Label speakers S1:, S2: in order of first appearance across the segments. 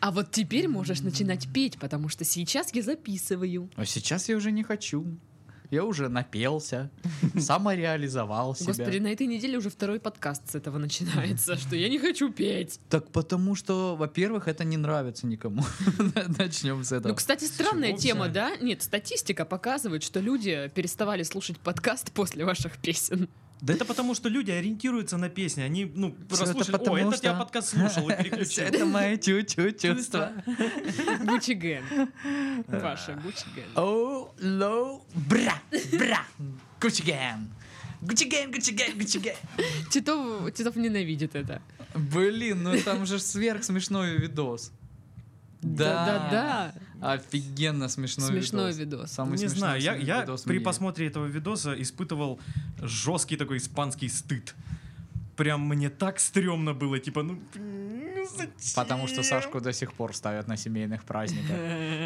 S1: А вот теперь можешь начинать петь, потому что сейчас я записываю.
S2: Но сейчас я уже не хочу. Я уже напелся, самореализовал себя.
S1: Господи, на этой неделе уже второй подкаст с этого начинается, что я не хочу петь.
S2: Так потому что, во-первых, это не нравится никому. Начнем с этого.
S1: Ну, кстати, странная
S3: чего
S1: тема,
S3: взяли?
S1: да? Нет, статистика показывает, что люди переставали слушать подкаст после ваших песен.
S3: Да это потому, что люди ориентируются на песни. Они, ну,
S2: Всё
S3: прослушали,
S2: потому
S3: о, этот
S2: что-
S3: я подкаст слушал и переключил.
S2: Это мое чу-чу чувство.
S1: Гуччи Гэн. Ваша Гуччи
S2: А.
S1: Гэн.
S2: Оу, лоу, бра, бра, Гуччи Гэн. Гуччи Гэн, Гуччи Гэн, Гуччи Гэн.
S1: Титов, Титов ненавидит это.
S2: Блин, ну там же сверх смешной видос.
S1: Да-да-да.
S2: Офигенно смешной,
S1: Смешной
S2: видос.
S1: видос.
S2: Самый
S3: не
S2: смешной
S3: знаю, я,
S2: смешной
S3: я
S2: видос
S3: при
S2: мне.
S3: посмотре этого видоса испытывал жесткий такой испанский стыд. Прям мне так стрёмно было, типа, ну, ну, зачем?
S2: Потому что Сашку до сих пор ставят на семейных праздниках.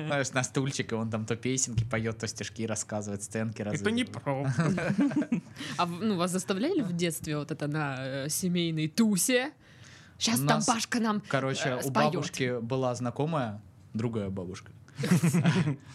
S2: Знаешь, на стульчик, и он там то песенки поет, то стишки рассказывает, сценки
S3: Это не
S2: разыгрывает.
S3: про.
S1: А в- ну, вас заставляли в детстве вот это на э, семейной тусе? Сейчас
S2: У
S1: там
S2: нас-
S1: Пашка нам
S2: Короче,
S1: э,
S2: у
S1: споёт.
S2: бабушки была знакомая, другая бабушка.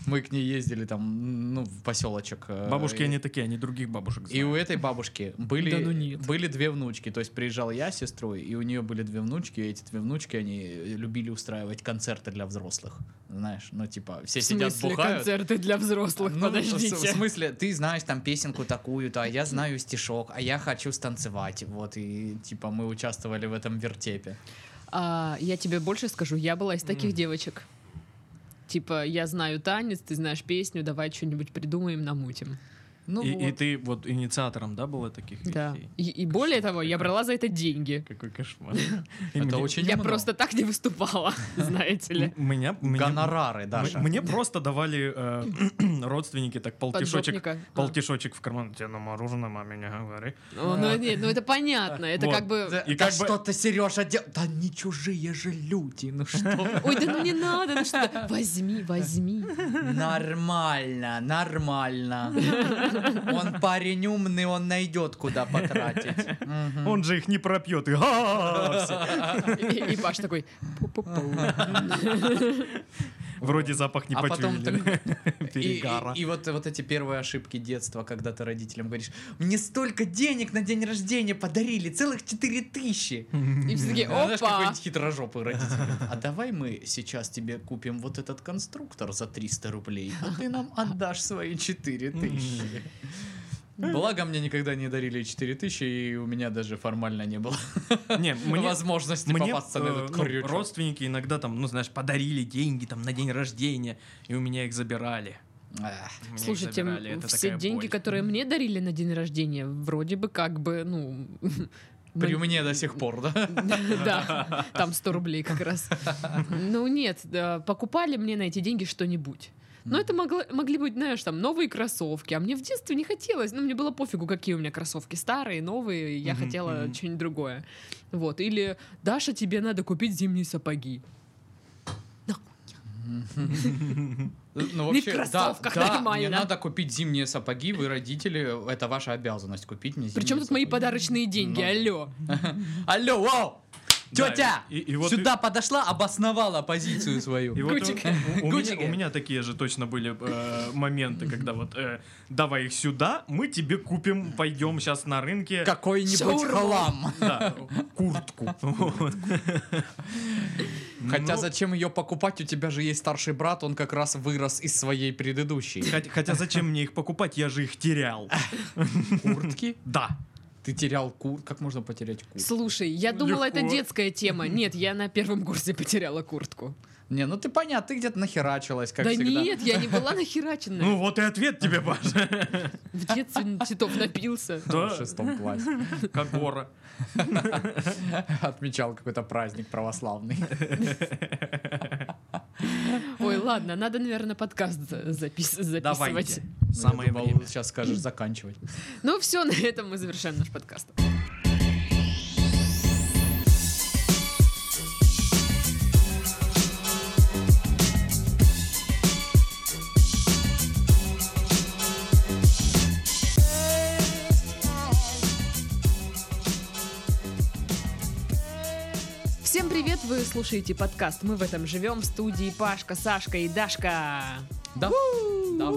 S2: Мы к ней ездили там, ну, в поселочек. э,
S3: Бабушки
S2: и-
S3: они такие, они других бабушек
S2: И
S3: знают.
S2: у этой бабушки были,
S1: Да ну нет.
S2: были две внучки. То есть приезжал я с сестрой, и у нее были две внучки, и эти две внучки, они э, любили устраивать концерты для взрослых. Знаешь, ну типа все
S1: в
S2: сидят
S1: смысле
S2: бухают.
S1: концерты для взрослых,
S2: Ну, в
S1: подождите.
S2: с- в смысле, ты знаешь там песенку такую-то, а я знаю стишок, а я хочу станцевать. Вот, и типа мы участвовали в этом вертепе.
S1: А, я тебе больше скажу, я была из таких девочек. Типа, я знаю танец, ты знаешь песню, давай что-нибудь придумаем, намутим.
S2: Ну,
S3: И- и
S2: вот.
S3: ты вот инициатором, да, было таких
S1: Да.
S3: вещей?
S1: И, и более того, я брала за это деньги.
S3: Какой кошмар.
S2: Это очень
S1: Я
S2: умно.
S1: просто так не выступала, знаете ли.
S3: Меня... меня-
S2: Гонорары, Даша.
S3: М- Мне просто давали э, родственники так полтишочек,
S1: Поджопника. А.
S3: полтишочек в карман. Тебе на мороженое, маме не говори.
S1: Ну, ну, нет, ну это понятно, это
S3: Вот.
S1: как бы...
S2: Да,
S3: И
S2: да
S3: как бы-
S2: что ты, Сережа, дел... Да не чужие же люди, ну что?
S1: Ой, да ну не надо, ну что ты? Возьми, возьми.
S2: Нормально, нормально. Он парень умный, он найдет, куда потратить. Мгм.
S3: Он же их не пропьет. И «Га-а-а!» все.
S1: И, и Паш такой... «Пу-пу-пу».
S3: Вроде запах не
S2: А потом
S3: почуяли.
S2: И- и-
S3: Перегара.
S2: И, вот, вот эти первые ошибки детства, когда ты родителям говоришь, мне столько денег на день рождения подарили, целых четыре тысячи.
S1: И все такие,
S2: Знаешь,
S1: опа!
S2: какой-нибудь хитрожопый родитель. говорит, А давай мы сейчас тебе купим вот этот конструктор за 300 рублей, а ты нам отдашь свои 4 тысячи. Благо, мне никогда не дарили 4 тысячи, и у меня даже формально не было
S3: Не, мне...
S2: возможности
S3: Мне
S2: попасться на
S3: э,
S2: этот
S3: ну,
S2: крючок.
S3: родственники иногда там, ну знаешь, подарили деньги там на день рождения, и у меня их забирали.
S2: Эх,
S3: У меня их
S1: Слушайте, м,
S3: забирали, это
S1: все
S3: такая
S1: деньги,
S3: боль.
S1: которые мне дарили на день рождения, вроде бы как бы, ну...
S2: При
S1: ну,
S2: мне до сих пор, да?
S1: Да, там 100 рублей как раз. Ну нет, да, покупали мне на эти деньги что-нибудь. Но это могло- могли быть, знаешь, там новые кроссовки. А мне в детстве не хотелось. Ну, мне было пофигу, какие у меня кроссовки. Старые, новые. Я
S3: Мгм,
S1: хотела
S3: мгм.
S1: что-нибудь другое. Вот. Или Даша, тебе надо купить зимние сапоги.
S2: Ну,
S1: Не в
S2: вообще, да,
S1: кроссовках,
S2: да,
S1: нормально.
S2: мне надо купить зимние сапоги, вы родители, это ваша обязанность купить мне зимние
S1: Причем тут мои
S2: сапоги.
S1: подарочные деньги.
S2: Ну.
S1: Алло.
S2: Алло, вау!
S3: Да,
S2: Тетя!
S3: и- и вот
S2: сюда подошла, обосновала позицию свою.
S3: И вот
S1: Гучик.
S3: у, у
S2: Гучик.
S3: меня, у меня такие же точно были э, моменты, когда вот э, давай их сюда, мы тебе купим, пойдем сейчас на рынке.
S2: Какой-нибудь
S1: Шаурму.
S2: халам.
S3: Да, куртку. Вот.
S2: Хотя
S3: Ну,
S2: зачем ее покупать? У тебя же есть старший брат, он как раз вырос из своей предыдущей.
S3: хот- Хотя зачем мне их покупать, я же их терял.
S2: Куртки?
S3: Да.
S2: Ты терял куртку? Как можно потерять куртку?
S1: Слушай, я думала, это
S3: Легко.
S1: детская тема. Нет, я на первом курсе потеряла куртку.
S2: Не, ну ты понятно, ты где-то нахерачилась, как
S1: да
S2: всегда.
S1: нет, я не была нахерачена.
S3: Ну вот и ответ тебе, Паша.
S1: В детстве Титов напился.
S3: Да.
S2: В шестом классе.
S3: Кагора.
S2: Отмечал какой-то праздник православный.
S1: Ой, ладно, надо, наверное, подкаст за- запис- записывать.
S3: Давайте.
S2: Ну, я
S3: Самое
S2: думал,
S3: время.
S2: Сейчас скажешь заканчивать.
S1: Ну все, на этом мы завершаем наш подкаст. Всем привет! Вы Вы слушаете подкаст «Мы в этом живем» в студии Пашка, Сашка и Дашка.
S2: Да. Да.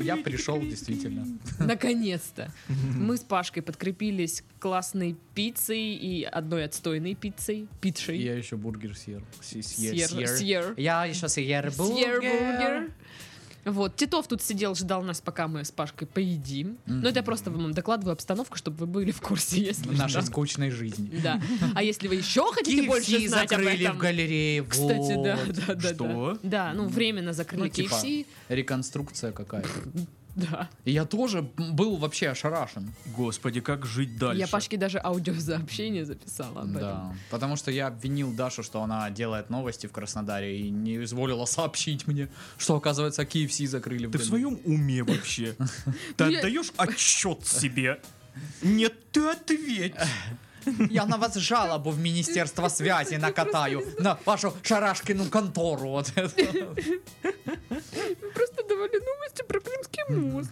S2: Я пришел, действительно.
S1: Наконец-то. Мы с Пашкой подкрепились классной пиццей и одной отстойной пиццей. Пиццей.
S2: Я еще бургер съел. Си- съе-
S1: Сьер-
S2: съер.
S1: сьер.
S2: Я еще съел
S1: Сьер
S2: бургер.
S1: бургер. Вот, Титов тут сидел, ждал нас, пока мы с Пашкой поедим. Но это я просто вам докладываю обстановку, чтобы вы были в курсе, если
S2: Нашей
S1: что.
S2: скучной жизни.
S1: Да. А если вы еще хотите больше
S2: KFC
S1: знать об
S2: закрыли в
S1: этом...
S2: галерее.
S1: Кстати,
S2: вот.
S1: да, да, да,
S3: Что?
S1: да. Да, ну временно закрыли
S2: Ну, типа.
S1: KFC.
S2: Реконструкция какая-то.
S1: Да.
S2: И Я тоже был вообще ошарашен.
S3: Господи, как жить дальше?
S1: Я Пашке даже аудиозаобщение записала об этом.
S2: Да. Потому что я обвинил Дашу, что она делает новости в Краснодаре и не изволила сообщить мне, что, оказывается, KFC закрыли в
S3: Ты
S2: Галерее.
S3: в своем уме вообще? Ты
S1: Ну, я-
S3: отдаешь отчет себе? Нет, ты ответь.
S2: Я на вас жалобу в Министерство связи накатаю, на вашу шарашкину контору. Вот это.
S1: Мы просто давали новости про Крымский мост.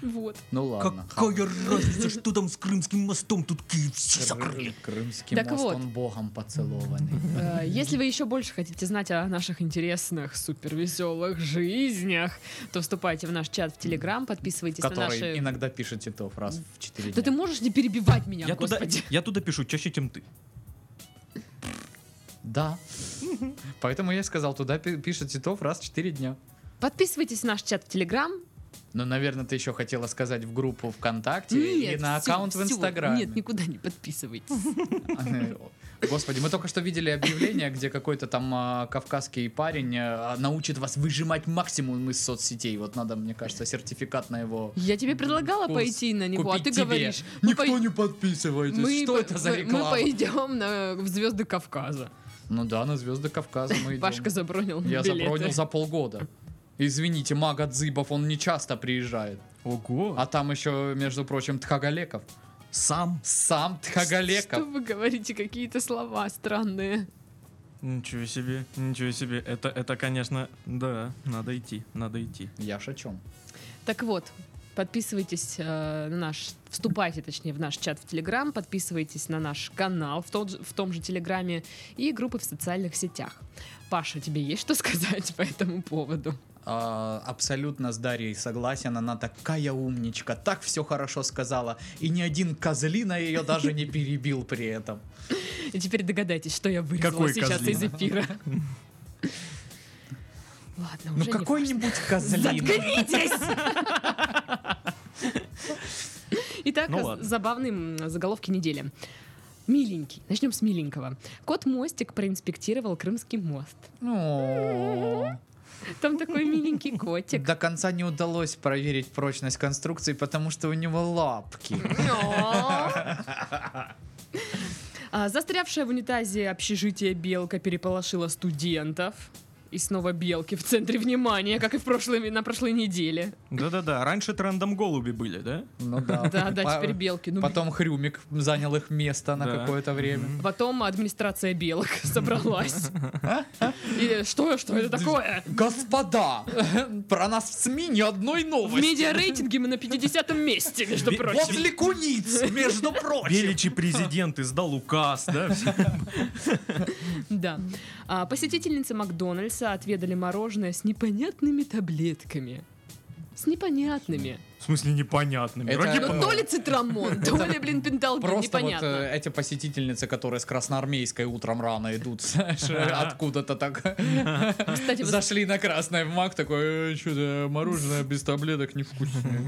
S1: Вот.
S2: Ну ладно.
S3: Какая разница, что там с Крымским мостом? Тут KFC
S2: Кры-
S3: закрыли.
S2: Крымский
S1: Так
S2: мост,
S1: вот.
S2: он богом поцелованный.
S1: Э, Если вы еще больше хотите знать о наших интересных, супервеселых жизнях, то вступайте в наш чат в Телеграм, подписывайтесь на наши...
S2: Который иногда пишет Титов раз в 4
S1: Да ты можешь не перебивать меня,
S3: Я туда,
S1: господи.
S3: я туда пишу чаще, чем ты.
S2: Да. Поэтому я и сказал, туда пи- пишет Титов раз в 4 дня.
S1: Подписывайтесь на наш чат в Телеграм.
S2: Ну, наверное, ты еще хотела сказать в группу ВКонтакте
S1: Нет,
S2: и на
S1: всё,
S2: аккаунт в
S1: всё.
S2: Инстаграме.
S1: Нет, никуда не подписывайтесь.
S2: Господи, мы только что видели объявление, где какой-то там а, кавказский парень а, научит вас выжимать максимум из соцсетей. Вот надо, мне кажется, сертификат на его.
S1: Я тебе предлагала
S2: курс
S1: пойти на него, а
S2: купить
S1: ты
S2: тебе.
S1: говоришь... мы
S2: Никто
S1: пой-
S2: не подписывайтесь.
S1: мы
S2: Что
S1: по-
S2: это за
S1: мы-
S2: реклама?
S1: Мы пойдем на... в звезды Кавказа.
S2: Ну да, на звезды Кавказа мы идем.
S1: Пашка забронил
S2: Я
S1: билеты.
S2: забронил за полгода. Извините, мага Дзыбов, он не часто приезжает.
S3: Ого.
S2: А там еще, между прочим, Тхагалеков.
S3: сам?
S2: Сам
S1: Что
S2: Тхагалеков.
S1: вы говорите, какие-то слова странные.
S3: Ничего себе, ничего себе. Это, это, конечно, да, надо идти, надо идти.
S2: Я шачом.
S1: Так вот, подписывайтесь э, на наш, вступайте, точнее, в наш чат в Телеграм, подписывайтесь на наш канал в, тот же- в том же Телеграме и группы в социальных сетях. Паша, тебе есть что сказать по этому поводу?
S2: А, абсолютно с Дарьей согласен, она такая умничка, так все хорошо сказала, и ни один козлина ее даже не перебил при этом.
S1: И теперь догадайтесь, что я вырезала
S3: Какой
S1: сейчас
S3: козлина?
S1: из эфира. Ладно,
S2: Ну
S1: уже не
S2: какой-нибудь козлин.
S1: Заткнитесь! Итак,
S3: Ну ладно.
S1: забавные м, заголовки недели. Миленький. Начнем с миленького. Кот Мостик проинспектировал Крымский мост.
S2: Ну,
S1: Там такой миленький котик.
S2: До конца не удалось проверить прочность конструкции, потому что у него лапки.
S1: А, Застрявшая в унитазе общежитие белка переполошила студентов. И снова белки в центре внимания, как и в прошлой, на прошлой неделе.
S3: Да-да-да, раньше трендом голуби были, да?
S2: Ну да.
S1: Да, да,
S2: По-
S1: теперь белки. Ну,
S2: Потом Хрюмик занял их место на
S3: Да.
S2: какое-то время.
S1: Потом администрация белок собралась. И что, что это такое?
S2: Господа, про нас в СМИ ни одной
S1: В
S2: новости.
S1: медиарейтинге мы на 50-м месте, между
S3: Ви-
S1: прочим.
S2: Возле куниц, между прочим.
S3: Величий президент издал указ, да?
S1: Да. А, посетительницы Макдональдса отведали мороженое с непонятными таблетками. С непонятными.
S3: В смысле непонятными.
S2: Это-
S3: Ради
S2: Ну,
S1: Ну,
S3: бога.
S1: то ли цитрамон, то ли, блин, пенталгин,
S2: Просто вот
S1: Ну, непонятно.
S2: э, эти посетительницы, которые с Красноармейской утром рано идут, знаешь, э, откуда-то так
S1: Кстати, вот
S2: зашли на красное в МАК, такой, что-то мороженое без таблеток невкусное.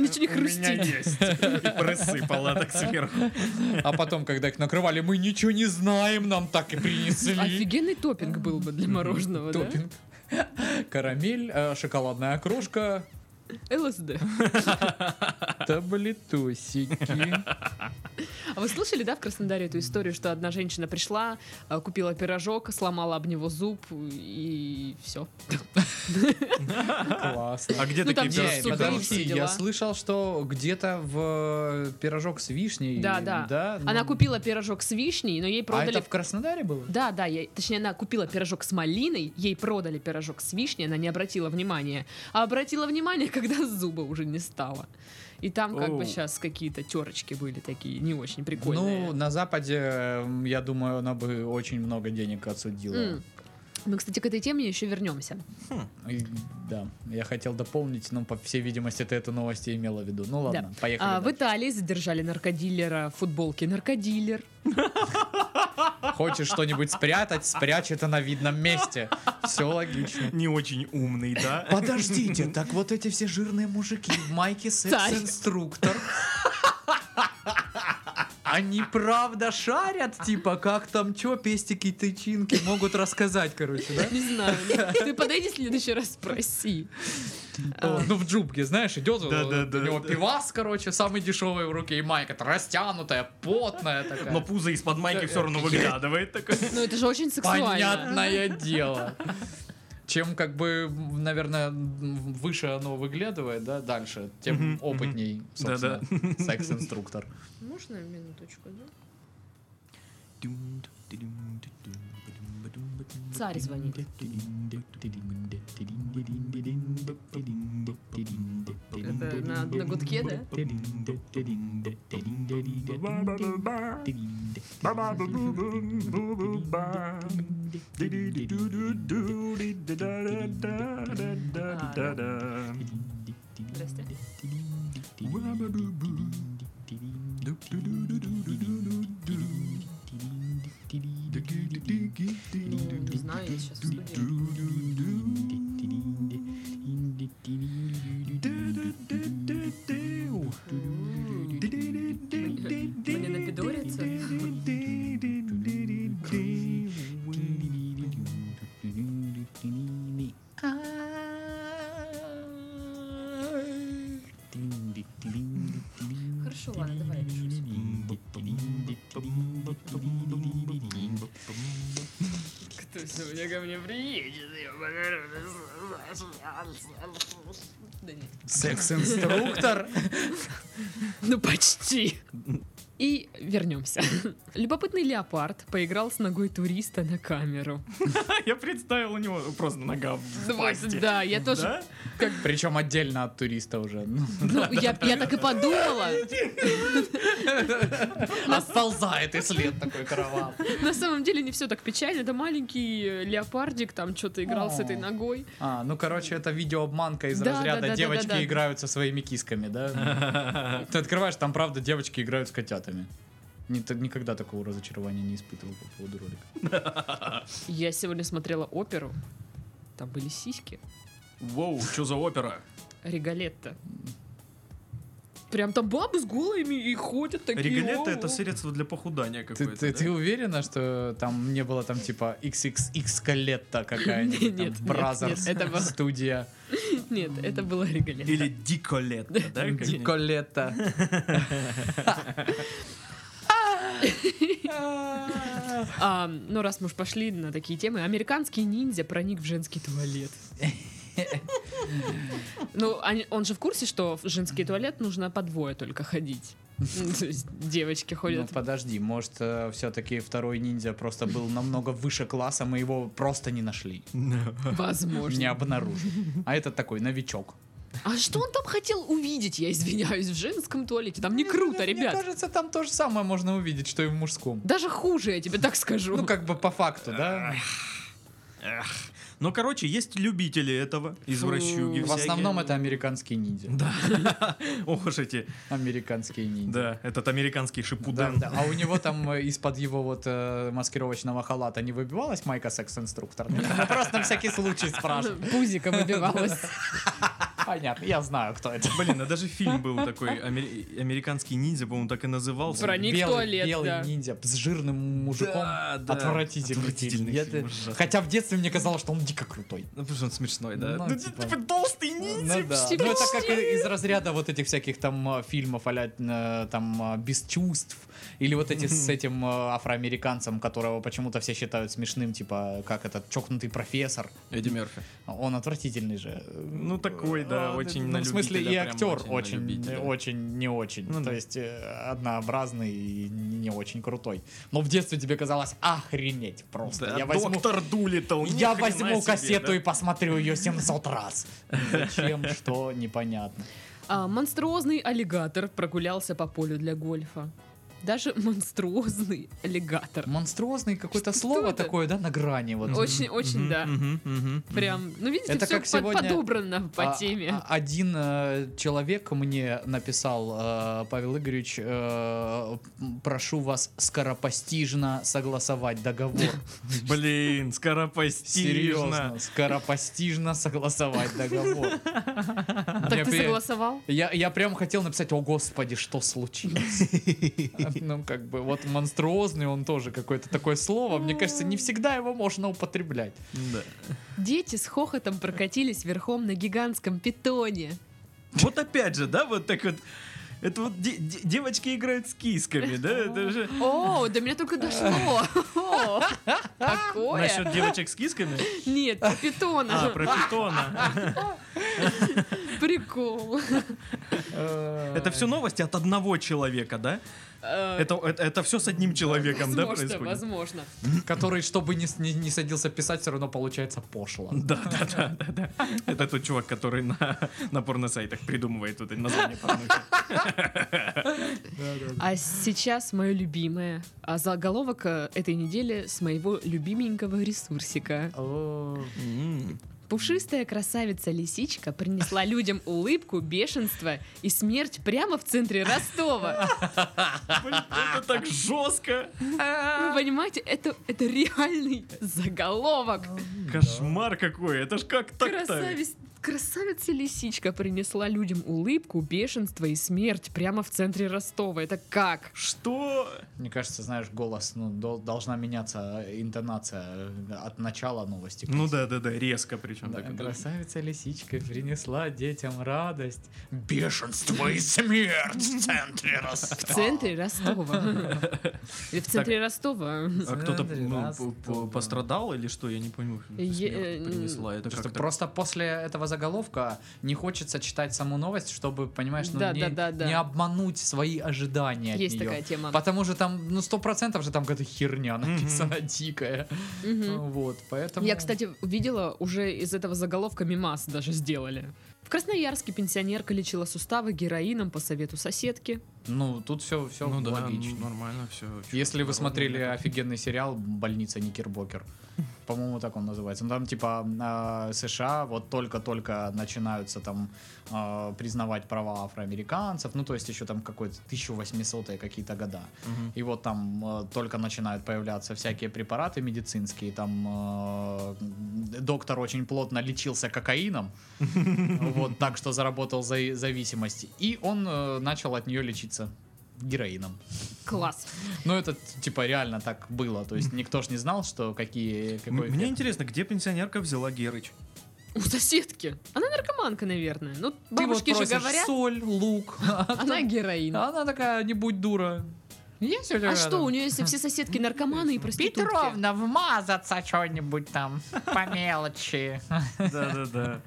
S1: ничего не
S3: У меня
S1: хрустит.
S3: есть. И просыпала так сверху.
S2: А потом, когда их накрывали, мы ничего не знаем, нам так и принесли.
S1: Офигенный топинг был бы для мороженого, да?
S2: Топинг. Карамель, э, шоколадная окрошка,
S1: ЛСД.
S2: таблетусики.
S1: А вы слышали, да, в Краснодаре эту историю, что одна женщина пришла, а, купила пирожок, сломала об него зуб и все.
S2: Классно.
S3: А где
S1: Ну, там
S3: такие
S1: где
S3: пирожки
S1: суды
S3: берутся?
S1: все
S2: подожди,
S1: дела.
S2: я слышал, что где-то в э, пирожок с вишней.
S1: Да, да. Она
S2: ну,
S1: купила пирожок с вишней, но ей
S2: А
S1: продали...
S2: это в Краснодаре было?
S1: Да, да, я- точнее, она купила пирожок с малиной, ей продали пирожок с вишней, она не обратила внимания. А обратила внимание, когда зуба уже не стало. И там как бы
S2: Оу.
S1: сейчас какие-то терочки были такие не очень
S2: Ну,
S1: прикольные.
S2: на Западе, э, я думаю, она бы очень много денег отсудила.
S1: М. Мы, кстати, к этой теме еще вернемся.
S2: И, Да, я хотел дополнить, но, по всей видимости, ты эту новость и имела в виду. Ну ладно,
S1: Да.
S2: поехали.
S1: А, в
S2: дальше.
S1: Италии задержали наркодилера футболки. Наркодилер.
S2: Хочешь что-нибудь спрятать, спрячь это на видном месте. Все логично.
S3: Не очень умный, да?
S2: Подождите, так вот эти все жирные мужики в майке секс-инструктор. Они правда шарят, типа, как там, чё, пестики, тычинки, могут рассказать, короче, да?
S1: Не знаю. Ты подойди в следующий раз, спроси. А,
S2: О, Ну, в джубке, знаешь, идет,
S3: Да, да, да,
S2: у него
S3: да.
S2: пивас, короче, самый дешевый в руке, и майка растянутая, потная такая.
S3: Но пузо из-под майки все равно выглядывает такое.
S1: Ну это же очень сексуально.
S2: Понятное дело. Чем, как бы, наверное, м, выше оно выглядывает, да, дальше, тем
S3: Мгм,
S2: опытней, собственно,
S3: Да-да.
S2: секс-инструктор.
S1: А, Можно минуточку, да? Царь звонит. Это на, на гудке, да? Здрасте. Не знаю, я сейчас в студии. Мне напидорится. Хорошо, ладно, давай. решусь. Кто сегодня ко мне приедет? Я покажу. Да нет.
S2: Секс-инструктор?
S1: Ну почти. И вернемся. Любопытный леопард поиграл с ногой туриста на камеру.
S3: Я представил у него просто нога в пасти.
S1: А. Да, я тоже.
S3: Да?
S2: Причем отдельно от туриста уже. ну.
S1: Ну, я, я так и подумала.
S2: Отползает и след такой кровавый.
S1: На самом деле не все так печально. Это маленький э, леопардик там что-то играл с этой
S2: О.
S1: ногой.
S2: А, ну короче, это видеообманка из
S1: Да, да, да,
S2: разряда
S1: да,
S2: девочки
S1: да, да.
S2: играют со своими кисками, да? Ты открываешь, там правда девочки играют с котятами. Ни- т- Никогда такого разочарования не испытывал по поводу ролика.
S1: Я сегодня смотрела оперу. Там были сиськи.
S3: Воу, что за опера?
S1: Риголетто. Прям там бабы с голыми и ходят такие.
S3: Ригалетто
S1: о-о.
S3: это средство для похудания
S2: Ты,
S3: какое-то.
S2: ты-
S3: да?
S2: ты уверена, что там не было там типа XXX колетта какая-нибудь?
S1: Нет,
S2: там,
S1: нет,
S2: Brothers,
S1: нет, это было-
S2: студия.
S1: Нет, это было Риголетто.
S3: Или диколетто, да? как они?
S2: Колетта.
S1: А, ну, раз мы уж пошли на такие темы, американский ниндзя проник в женский туалет. Ну, они- он же в курсе, что в женский туалет нужно по двое только ходить. Ну, То есть девочки
S2: Ну,
S1: ходят.
S2: подожди, может, все-таки второй ниндзя просто был намного выше класса, мы его просто не нашли. не
S1: Возможно.
S2: обнаружил. А этот такой новичок.
S1: А что он там хотел увидеть, я извиняюсь, в женском туалете? Там не круто,
S2: Мне
S1: ребят.
S2: кажется, там то же самое можно увидеть, что и в мужском.
S1: Даже хуже, я тебе так скажу.
S2: Ну, как бы по факту,
S3: Э,
S2: да?
S3: Эх. Ну, короче, есть любители этого, извращуги
S2: В
S3: всякие.
S2: основном это американские ниндзя.
S3: Да. Ох уж эти.
S2: Американские ниндзя.
S3: Да, этот американский
S2: Да,
S3: шипуден.
S2: да. А у него там э, из-под его вот э, маскировочного халата не выбивалась майка секс-инструктор? Ну, Просто на всякий случай спрашиваю.
S1: Пузика выбивалась.
S2: Понятно, я знаю, кто это.
S3: Блин, а даже фильм был такой, амери- американский ниндзя, по-моему, так и назывался.
S1: Про них в
S2: белый,
S1: туалет,
S2: белый
S1: да.
S2: ниндзя с жирным мужиком.
S3: Да, да.
S2: Отвратительный,
S3: Отвратительный
S2: фильм. Я-
S3: фильм, ужасно.
S2: Хотя в детстве мне казалось, что он дико крутой.
S3: Ну, потому что он смешной, да.
S2: Ну,
S3: Ну,
S2: типа-
S3: типа, толстый
S2: Ну
S3: ниндзя.
S2: да.
S1: почти,
S2: Ну, это как
S1: почти.
S2: из разряда вот этих всяких там э, фильмов а там э, без чувств или вот эти с этим э, афроамериканцем, которого почему-то все считают смешным, типа как этот чокнутый профессор.
S3: Эдди Мерфи.
S2: Он отвратительный же.
S3: Ну, такой, да,
S2: А,
S3: очень
S2: ну,
S3: на
S2: В смысле, и
S3: любителя, прям
S2: актер
S3: очень на
S2: очень,
S3: любителя.
S2: очень не очень.
S3: Ну
S2: То
S3: да.
S2: есть э, однообразный и не очень крутой. Но в детстве тебе казалось охренеть просто.
S3: Да,
S2: я возьму,
S3: Доктор Дулитл. ни
S2: я
S3: Ну, хрена
S2: возьму
S3: себе,
S2: кассету
S3: да.
S2: и посмотрю ее 700 раз. Зачем, что, непонятно.
S1: А, монструозный аллигатор прогулялся по полю для гольфа. Даже монструозный аллигатор.
S2: Монструозный какое-то
S1: Что
S2: слово
S1: это?
S2: такое, да, на грани вот.
S1: Очень, очень, да. Прям, ну видите,
S2: Это
S1: все
S2: как сегодня-
S1: подобрано по
S2: А-
S1: теме.
S2: а- один э, человек мне написал, э, Павел Игоревич, э, м, прошу вас скоропостижно согласовать договор.
S3: Блин, скоропостижно.
S2: Серьезно, скоропостижно согласовать договор. Я
S1: так ты
S2: а, при-
S1: согласовал?
S2: Я, я прям хотел написать, о господи, что случилось? Ну, как бы, вот монструозный он тоже какое-то такое слово. Мне кажется, не всегда его можно употреблять.
S3: Да.
S1: Дети с хохотом прокатились верхом на гигантском питоне.
S3: Вот опять же, да, вот так вот. Это вот де- де- девочки играют с кисками, да? Это же
S1: О, до меня только дошло. О, Такое.
S3: насчет девочек с кисками.
S1: Нет, про
S3: А,
S1: питона.
S3: про питона.
S1: Прикол.
S2: Э,
S3: Это все новости от одного человека, да? Это, это, все с одним человеком, да,
S1: Э, Возможно,
S3: происходит?
S1: возможно.
S2: Который, чтобы не, с- не, не садился писать, все равно получается пошло.
S3: Да, да, да, да, да. Это тот чувак, который на, на порно-сайтах придумывает вот эти названия порнухи.
S1: А сейчас мое любимое. А заголовок э, этой недели с моего любименького ресурсика.
S2: О,
S3: М.
S1: Пушистая красавица-лисичка принесла людям улыбку, бешенство и смерть прямо в центре Ростова.
S3: Блин, Это так жестко.
S1: Вы понимаете, это, это реальный заголовок.
S2: Ну,
S3: Кошмар какой. Это ж как так-то?
S1: Красавец- Красавица-лисичка принесла людям улыбку, бешенство и смерть прямо в центре Ростова. Это как?
S3: Что?
S2: Мне кажется, знаешь, голос, ну, дол- должна меняться э, интонация э, от начала новости.
S3: Ну да, да, да, резко причем.
S2: Да,
S3: так это.
S2: красавица лисичка принесла детям радость, бешенство и смерть в центре
S1: В
S2: Ростова.
S1: центре Ростова. Или в центре Ростова.
S3: А кто-то
S2: Центре
S3: ну,
S2: нас
S3: по- по-
S2: тут.
S3: пострадал или что? Я не понял. что
S1: Е-
S3: смерть
S1: э,
S3: принесла. Это
S2: Просто,
S3: как-то-
S2: просто после этого заголовка не хочется читать саму новость, чтобы, понимаешь, ну,
S1: Да,
S2: не,
S1: да, да, да.
S2: не обмануть свои ожидания. от
S1: Есть
S2: неё.
S1: такая тема.
S2: Потому что там, ну, сто процентов же там какая-то херня
S3: Мгм.
S2: написана дикая.
S1: Мгм.
S2: Вот, поэтому...
S1: Я, кстати, увидела, уже из этого заголовка мимас даже сделали. В Красноярске пенсионерка лечила суставы героином по совету соседки.
S2: Ну, тут все, все
S3: Ну да,
S2: логично.
S3: ну, нормально все.
S2: Если вы смотрели офигенный сериал «Больница Никербокер», по-моему, так он называется. Ну, там типа а, США вот только-только начинаются там а, признавать права афроамериканцев, ну то есть еще там какой-то 1800-е какие-то года. И вот там э, только начинают появляться всякие препараты медицинские. Там э, доктор очень плотно лечился кокаином, вот так что заработал за- зависимость. И он э, начал от нее лечиться героином.
S1: Класс.
S2: Ну это типа реально так было, то есть никто ж не знал, что какие. какой
S3: Мне
S2: эффект.
S3: интересно, где пенсионерка взяла Герыч?
S1: У соседки. Она наркоманка, наверное. Ну,
S2: Ты вот
S1: бабушки же
S2: просишь
S1: говорят,
S2: соль, лук.
S1: она героин. А,
S2: А Она такая, не будь дура. Есть у тебя
S1: что,
S2: там?
S1: у нее, если все соседки наркоманы и проститутки?
S2: вмазаться что-нибудь там по мелочи.
S3: Да-да-да.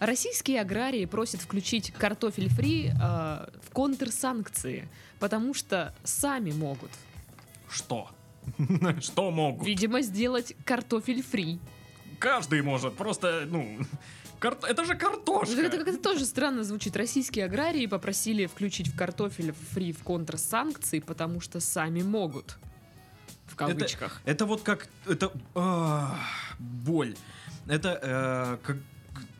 S1: Российские аграрии просят включить картофель фри э, в контрсанкции, потому что сами могут,
S3: Что? Что могут?
S1: видимо, сделать картофель фри.
S3: Каждый может, просто, ну... кар- Это же
S1: Ну, Это
S3: картошка!
S1: как-то тоже странно звучит. Российские аграрии попросили включить в картофель фри в контрсанкции, потому что сами могут. В кавычках.
S3: Это вот как... Это... а, Боль. Это э, как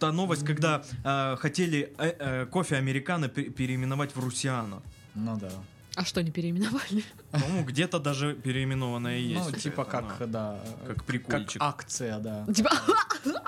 S3: та новость, когда э, хотели э, э, кофе американо пе- переименовать в русиано.
S2: Ну да.
S1: А что, не переименовали?
S3: По-моему, Ну, где-то даже переименованное есть.
S2: Ну,
S3: уже
S2: типа
S3: это,
S2: как,
S3: но-
S2: да.
S3: Как прикольчик.
S2: Как акция, да.
S1: Типа,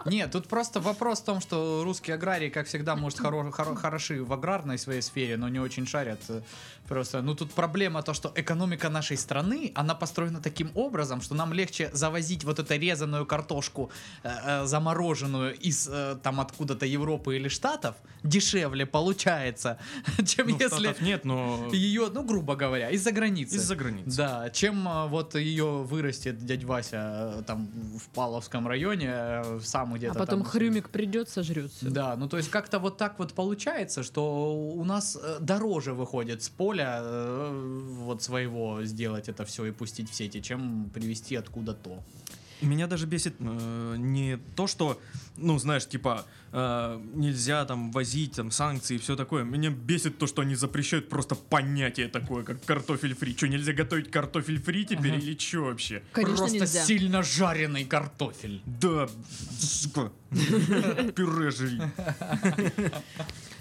S2: Нет, тут просто вопрос в том, что русские аграрии, как всегда, может, хоро- хоро- хороши в аграрной своей сфере, но не очень шарят. э, Просто, ну, тут проблема то, что экономика нашей страны, она построена таким образом, что нам легче завозить вот эту резаную картошку, э, э, замороженную из э, там откуда-то Европы или Штатов, дешевле получается, чем
S3: Ну,
S2: если
S3: Штатов нет, но
S2: ее, ну, грубо говоря, из-за границы.
S3: из-за границы.
S2: Да, чем а, вот ее вырастет дядь Вася э, там в Паловском районе, э, сам где-то
S1: а потом
S2: там.
S1: хрюмик придет, сожрет всё.
S2: Да, ну то есть как-то вот так вот получается, что у нас э, дороже выходит с поля э, вот своего сделать это все и пустить в сети, чем привезти откуда-то.
S3: Меня даже бесит э, не то, что ну, знаешь, типа, э, нельзя там возить, там, санкции и все такое. Меня бесит то, что они запрещают просто понятие такое, как картофель фри. Что, нельзя готовить картофель фри теперь
S2: Ага.
S3: или что вообще?
S1: Конечно,
S2: Просто
S1: нельзя.
S2: сильно жареный картофель.
S3: Да, сука, пюре жри.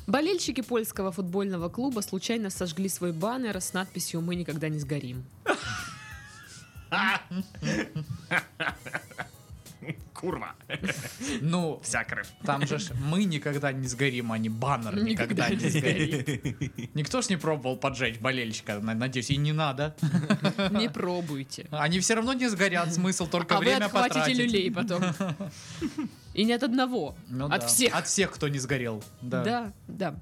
S1: Болельщики польского футбольного клуба случайно сожгли свой баннер с надписью «Мы никогда не сгорим».
S3: Курва,
S2: Ну,
S3: вся кровь.
S2: там же ж мы никогда не сгорим, а не баннер никогда, не сгорит. Никто ж не пробовал поджечь болельщика, на- надеюсь, и не надо.
S1: Не пробуйте.
S2: Они все равно не сгорят, смысл только
S1: А вы
S2: время
S1: отхватите
S2: потратить.
S1: люлей потом. И не от одного,
S2: Ну
S1: от
S2: да.
S1: всех.
S2: От всех, кто не сгорел. Да.
S1: Да, да.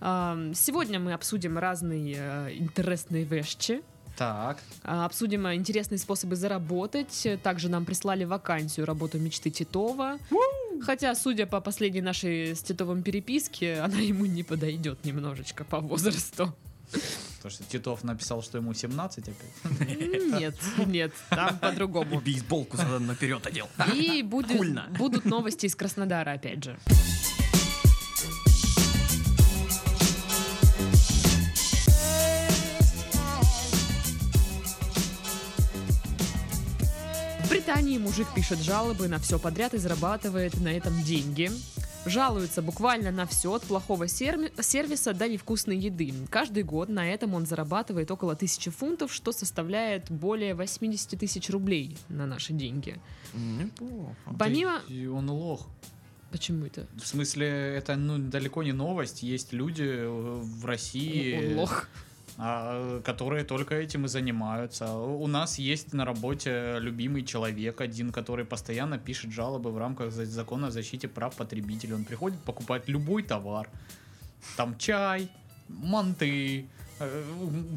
S1: Ам, Сегодня мы обсудим разные э, интересные вещи,
S2: Так.
S1: а, обсудим э, интересные способы заработать. Э, Также нам прислали вакансию работу мечты Титова. Хотя, судя по последней нашей с Титовым переписке, она ему не подойдет немножечко по возрасту.
S2: Потому что Титов написал, что ему 17 опять.
S1: Нет, нет, там по-другому.
S3: Бейсболку задом наперед одел.
S1: И будет,
S3: Кульно.
S1: будут новости из Краснодара, опять же. В Британии мужик пишет жалобы на все подряд и зарабатывает на этом деньги. Жалуется буквально на все, от плохого серми- сервиса до невкусной еды. Каждый год на этом он зарабатывает около тысячи фунтов, что составляет более 80 тысяч рублей на наши деньги.
S3: Неплохо.
S1: Помимо...
S2: Да и он лох.
S1: Почему это?
S2: В смысле, это ну далеко не новость. Есть люди э, в России,
S1: Э, Он лох.
S2: а, которые только этим и занимаются. У нас есть на работе любимый человек один, который постоянно пишет жалобы в рамках за- закона о защите прав потребителей. Он приходит покупать любой товар, там чай, манты, э,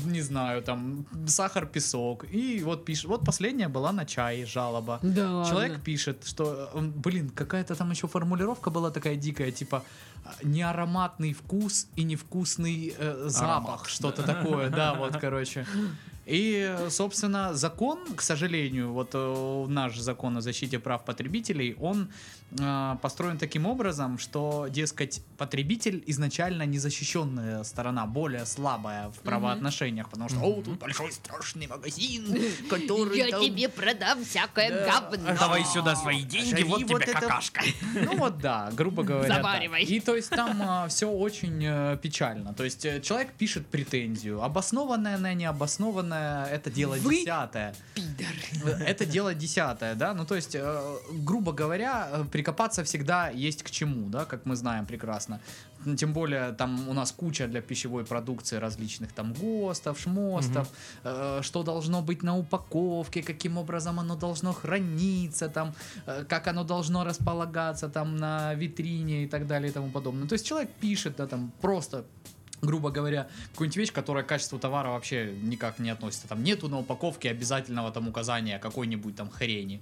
S2: не знаю, там сахар, песок. И вот пишет. Вот последняя была на чай жалоба.
S1: Да ладно.
S2: Человек пишет, что, э, м, блин, какая-то там еще формулировка была такая дикая, типа а, неароматный вкус и невкусный э, запах, что-то такое, да, вот, короче. И, э, собственно, закон, к сожалению, вот э, наш закон о защите прав потребителей, он э, построен таким образом, что, дескать, потребитель изначально незащищенная сторона, более слабая в правоотношениях, потому что, о, тут большой страшный магазин, который... там
S1: продам всякое говно.
S3: Давай сюда свои деньги,
S2: А Жри
S3: вот тебе
S2: вот это.
S3: какашка.
S2: ну вот да, грубо говоря. так.
S1: Заваривай.
S2: И то есть там все очень э, печально. То есть э, человек пишет претензию. Обоснованная на необоснованное это дело
S1: Вы-
S2: десятое.
S1: Пидор.
S2: Это дело десятое, да. Ну то есть, э, грубо говоря, э, прикопаться всегда есть к чему, да, как мы знаем прекрасно. Ну, Тем более там у нас куча для пищевой продукции различных там ГОСТов, ШМОСТов, э, что должно быть на упаковке, каким образом оно должно храниться, там, э, как оно должно располагаться там на витрине и так далее и тому подобное. То есть человек пишет, да, там просто грубо говоря, какую-нибудь вещь, которая к качеству товара вообще никак не относится. Там нету на упаковке обязательного там указания какой-нибудь там хрени.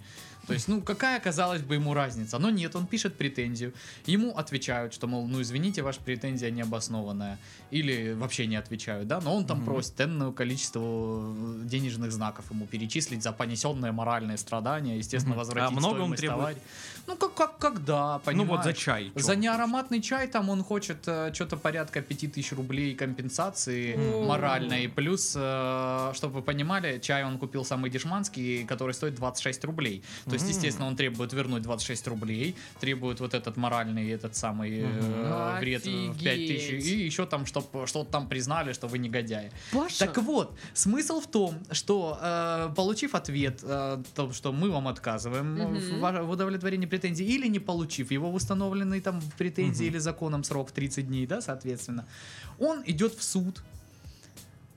S2: То есть, ну, какая, казалось бы, ему разница? Но нет, он пишет претензию. Ему отвечают, что, мол, ну, извините, ваша претензия необоснованная. Или вообще не отвечают, да? Но он там
S3: Мгм.
S2: просит энное количество э, денежных знаков ему перечислить за понесенное моральное страдание, естественно,
S3: Мгм. А
S2: возвратить
S3: много он
S2: стоимость
S3: требует?
S2: товара. Ну, как, как, когда,
S3: Ну
S2: понимаешь?
S3: вот за чай. чё.
S2: За неароматный чай там он хочет что-то порядка 5000 рублей компенсации
S1: О.
S2: моральной. Плюс, чтобы вы понимали, чай он купил самый дешманский, который стоит 26 рублей. То есть,
S3: М.
S2: естественно, он требует вернуть 26 рублей, требует вот этот моральный, этот самый э,
S1: Мгм.
S2: вред в 5000. И еще там, чтобы что-то там признали, что вы негодяи.
S1: Паша,
S2: Так вот, смысл в том, что э, получив ответ, э, том, что мы вам отказываем э,
S1: Мгм.
S2: в, ва- в удовлетворении претензий, или не получив его в установленный там в претензии
S3: Мгм.
S2: или законом срок в 30 дней, да, соответственно, он идет в суд,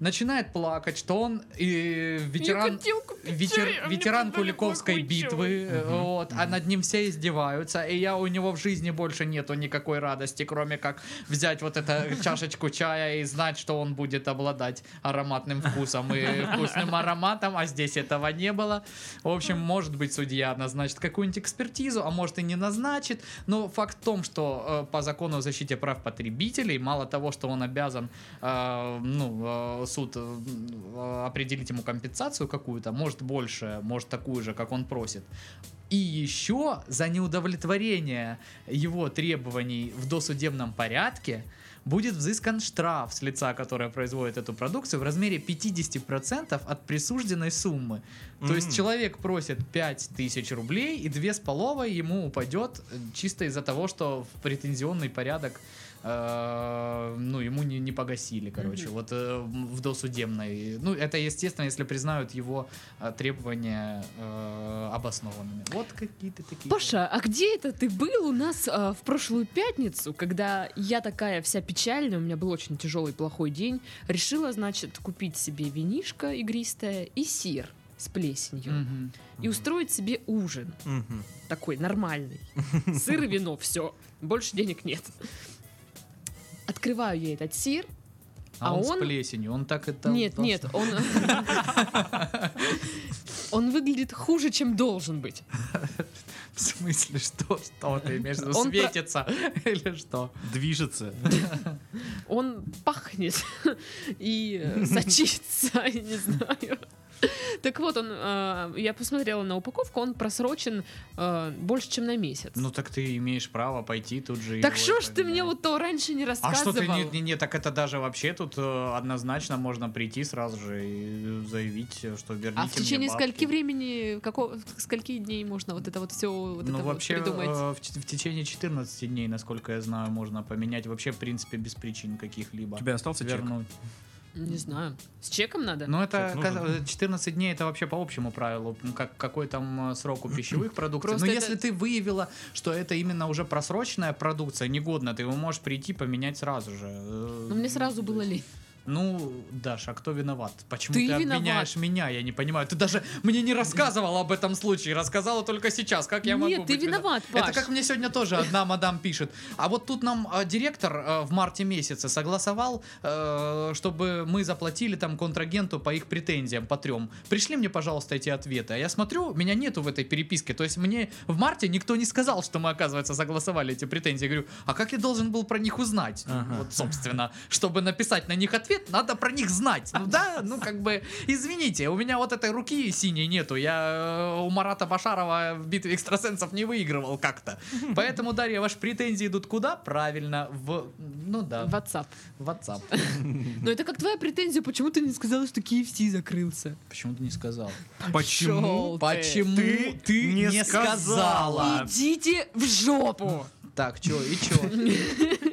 S2: начинает плакать, что он э,
S1: я
S2: ветеран...
S1: хотел купить
S2: ветер-
S1: чай, а мне
S2: ветеран
S1: продали
S2: Куликовской
S1: плохой чай.
S2: битвы, э,
S3: Мгм.
S2: вот, а над ним все издеваются, и я у него в жизни больше нету никакой радости, кроме как взять вот эту чашечку чая и знать, что он будет обладать ароматным вкусом и вкусным ароматом, а здесь этого не было. В общем, может быть, судья назначит какую-нибудь экспертизу, а может и не назначит, но факт в том, что э, по закону о защите прав потребителей, мало того, что он обязан э, ну, э, суд э, э, определить ему компенсацию какую-то, может больше, может такую же, как он просит. И еще за неудовлетворение его требований в досудебном порядке будет взыскан штраф с лица, которое производит эту продукцию, в размере 50% от присужденной суммы. То есть
S3: Мгм.
S2: человек просит 5000 рублей, и две с половой ему упадет э, чисто из-за того, что в претензионный порядок э, ну, ему не, не погасили, короче,
S1: Мгм.
S2: вот э, в досудебной. Ну, это, естественно, если признают его э, требования э, обоснованными. Вот какие-то такие.
S1: Паша, а где это ты был у нас а, в прошлую пятницу, когда я такая вся печальная, у меня был очень тяжелый плохой день, решила, значит, купить себе винишко игристое и сыр с плесенью
S2: Мгм.
S1: и устроить себе ужин
S3: Мгм.
S1: такой нормальный. Сыр и вино, все. Больше денег нет. Открываю я этот сыр.
S2: А,
S1: А
S2: он,
S1: он-
S2: с плесенью, он так это...
S1: нет, нет, он... Он выглядит хуже, чем должен быть.
S2: В смысле, что, что ты имеешь в виду?
S1: Он про-
S2: Светится или что?
S3: Движется.
S1: он пахнет и э, сочится, я не знаю. Так вот, он, э, я посмотрела на упаковку, он просрочен э, больше, чем на месяц.
S2: Ну так ты имеешь право пойти тут же.
S1: так
S2: его
S1: что ж ты
S2: поменять.
S1: мне вот то раньше не
S2: А что
S1: рассказывал?
S2: ты, нет, нет, нет, так это даже вообще тут э, однозначно можно прийти сразу же и заявить, э, что верните
S1: А в
S2: мне
S1: течение
S2: бабки».
S1: скольки времени, какого, скольки дней можно вот это вот все вот
S2: ну,
S1: это вот
S2: вообще,
S1: придумать?
S2: э, в, те- в течение 14 дней, насколько я знаю, можно поменять вообще, в принципе, без причин каких-либо.
S3: У тебя остался чек?
S2: вернуть.
S1: Не знаю. С чеком надо?
S2: Ну, это
S3: Чек нужен?
S2: ка- 14 дней, это вообще по общему правилу, м, как, какой там э, срок у пищевых продуктов.
S1: М-м. Просто
S2: Но
S1: это-
S2: если ты выявила, что это именно уже просроченная продукция, негодна, ты его можешь прийти поменять сразу же. Э,
S1: Но Ну, мне сразу было лень.
S2: Ну, Даша, а кто виноват? Почему ты,
S1: Ты виноват.
S2: обвиняешь меня? Я не понимаю. Ты даже мне не рассказывала об этом случае, рассказала только сейчас. Как я могу
S1: Нет, ты
S2: быть вина-
S1: виноват, Паш.
S2: Это как мне сегодня тоже одна мадам пишет. А вот тут нам э, директор э, в марте месяце согласовал, э, чтобы мы заплатили там контрагенту по их претензиям, по трем. Пришли мне, пожалуйста, эти ответы. А я смотрю, меня нету в этой переписке. То есть мне в марте никто не сказал, что мы, оказывается, согласовали эти претензии. Я говорю, а как я должен был про них узнать?
S3: Ага.
S2: Вот, собственно, чтобы написать на них ответ, надо про них знать. Ну да, ну как бы, извините, у меня вот этой руки синей нету. Я э, у Марата Башарова в битве экстрасенсов не выигрывал как-то. Поэтому, Дарья, ваши претензии идут куда? Правильно, в... Ну да,
S1: В WhatsApp.
S2: в WhatsApp.
S1: Но это как твоя претензия, почему ты не сказала, что KFC закрылся?
S2: Почему ты не сказал?
S1: Шел
S3: Почему?
S1: ты.
S2: Почему ты,
S3: Ты
S2: не,
S3: не
S2: сказала? А.
S3: сказала.
S1: Идите в жопу!
S2: Так, чё, и чё?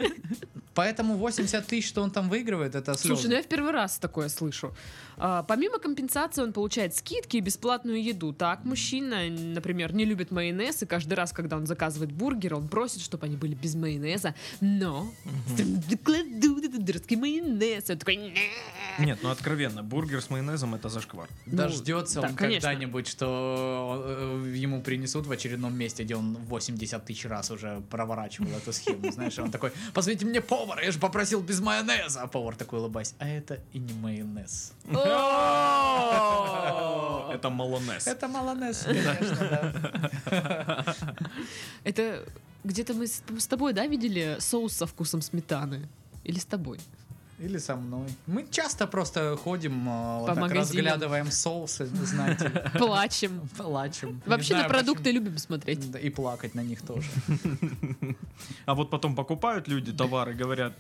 S2: Поэтому 80 тысяч, что он там выигрывает, это слезы.
S1: Слушай, ну я в первый раз такое слышу. А, помимо компенсации он получает скидки и бесплатную еду. Так, мужчина, например, не любит майонез, и каждый раз, когда он заказывает бургер, он просит, чтобы они были без майонеза, но кладут этот дурацкий майонез. И Он такой, «Не».
S3: Нет, ну откровенно, бургер с майонезом это зашквар.
S1: Ну,
S2: Дождется
S1: да,
S2: он
S1: конечно.
S2: когда-нибудь, что э, ему принесут в очередном месте, где он 80 тысяч раз уже проворачивал эту схему. Знаешь, он такой, позвоните мне повара, я же попросил без майонеза. А повар такой улыбаясь, а это и не майонез.
S1: О!
S3: Это малонез.
S2: Это малонез, конечно,
S1: Это где-то мы с с тобой, да, видели соус со вкусом сметаны? Или с тобой?
S2: Или со мной. Мы часто просто ходим, э, вот
S1: По
S2: так
S1: магазинам.
S2: разглядываем соусы, знаете, ли,
S1: Плачем.
S2: плачем. Не
S1: Вообще на
S2: знаю,
S1: продукты
S2: почему.
S1: любим смотреть.
S2: Да, И плакать на них тоже.
S3: А вот потом покупают люди товары, говорят,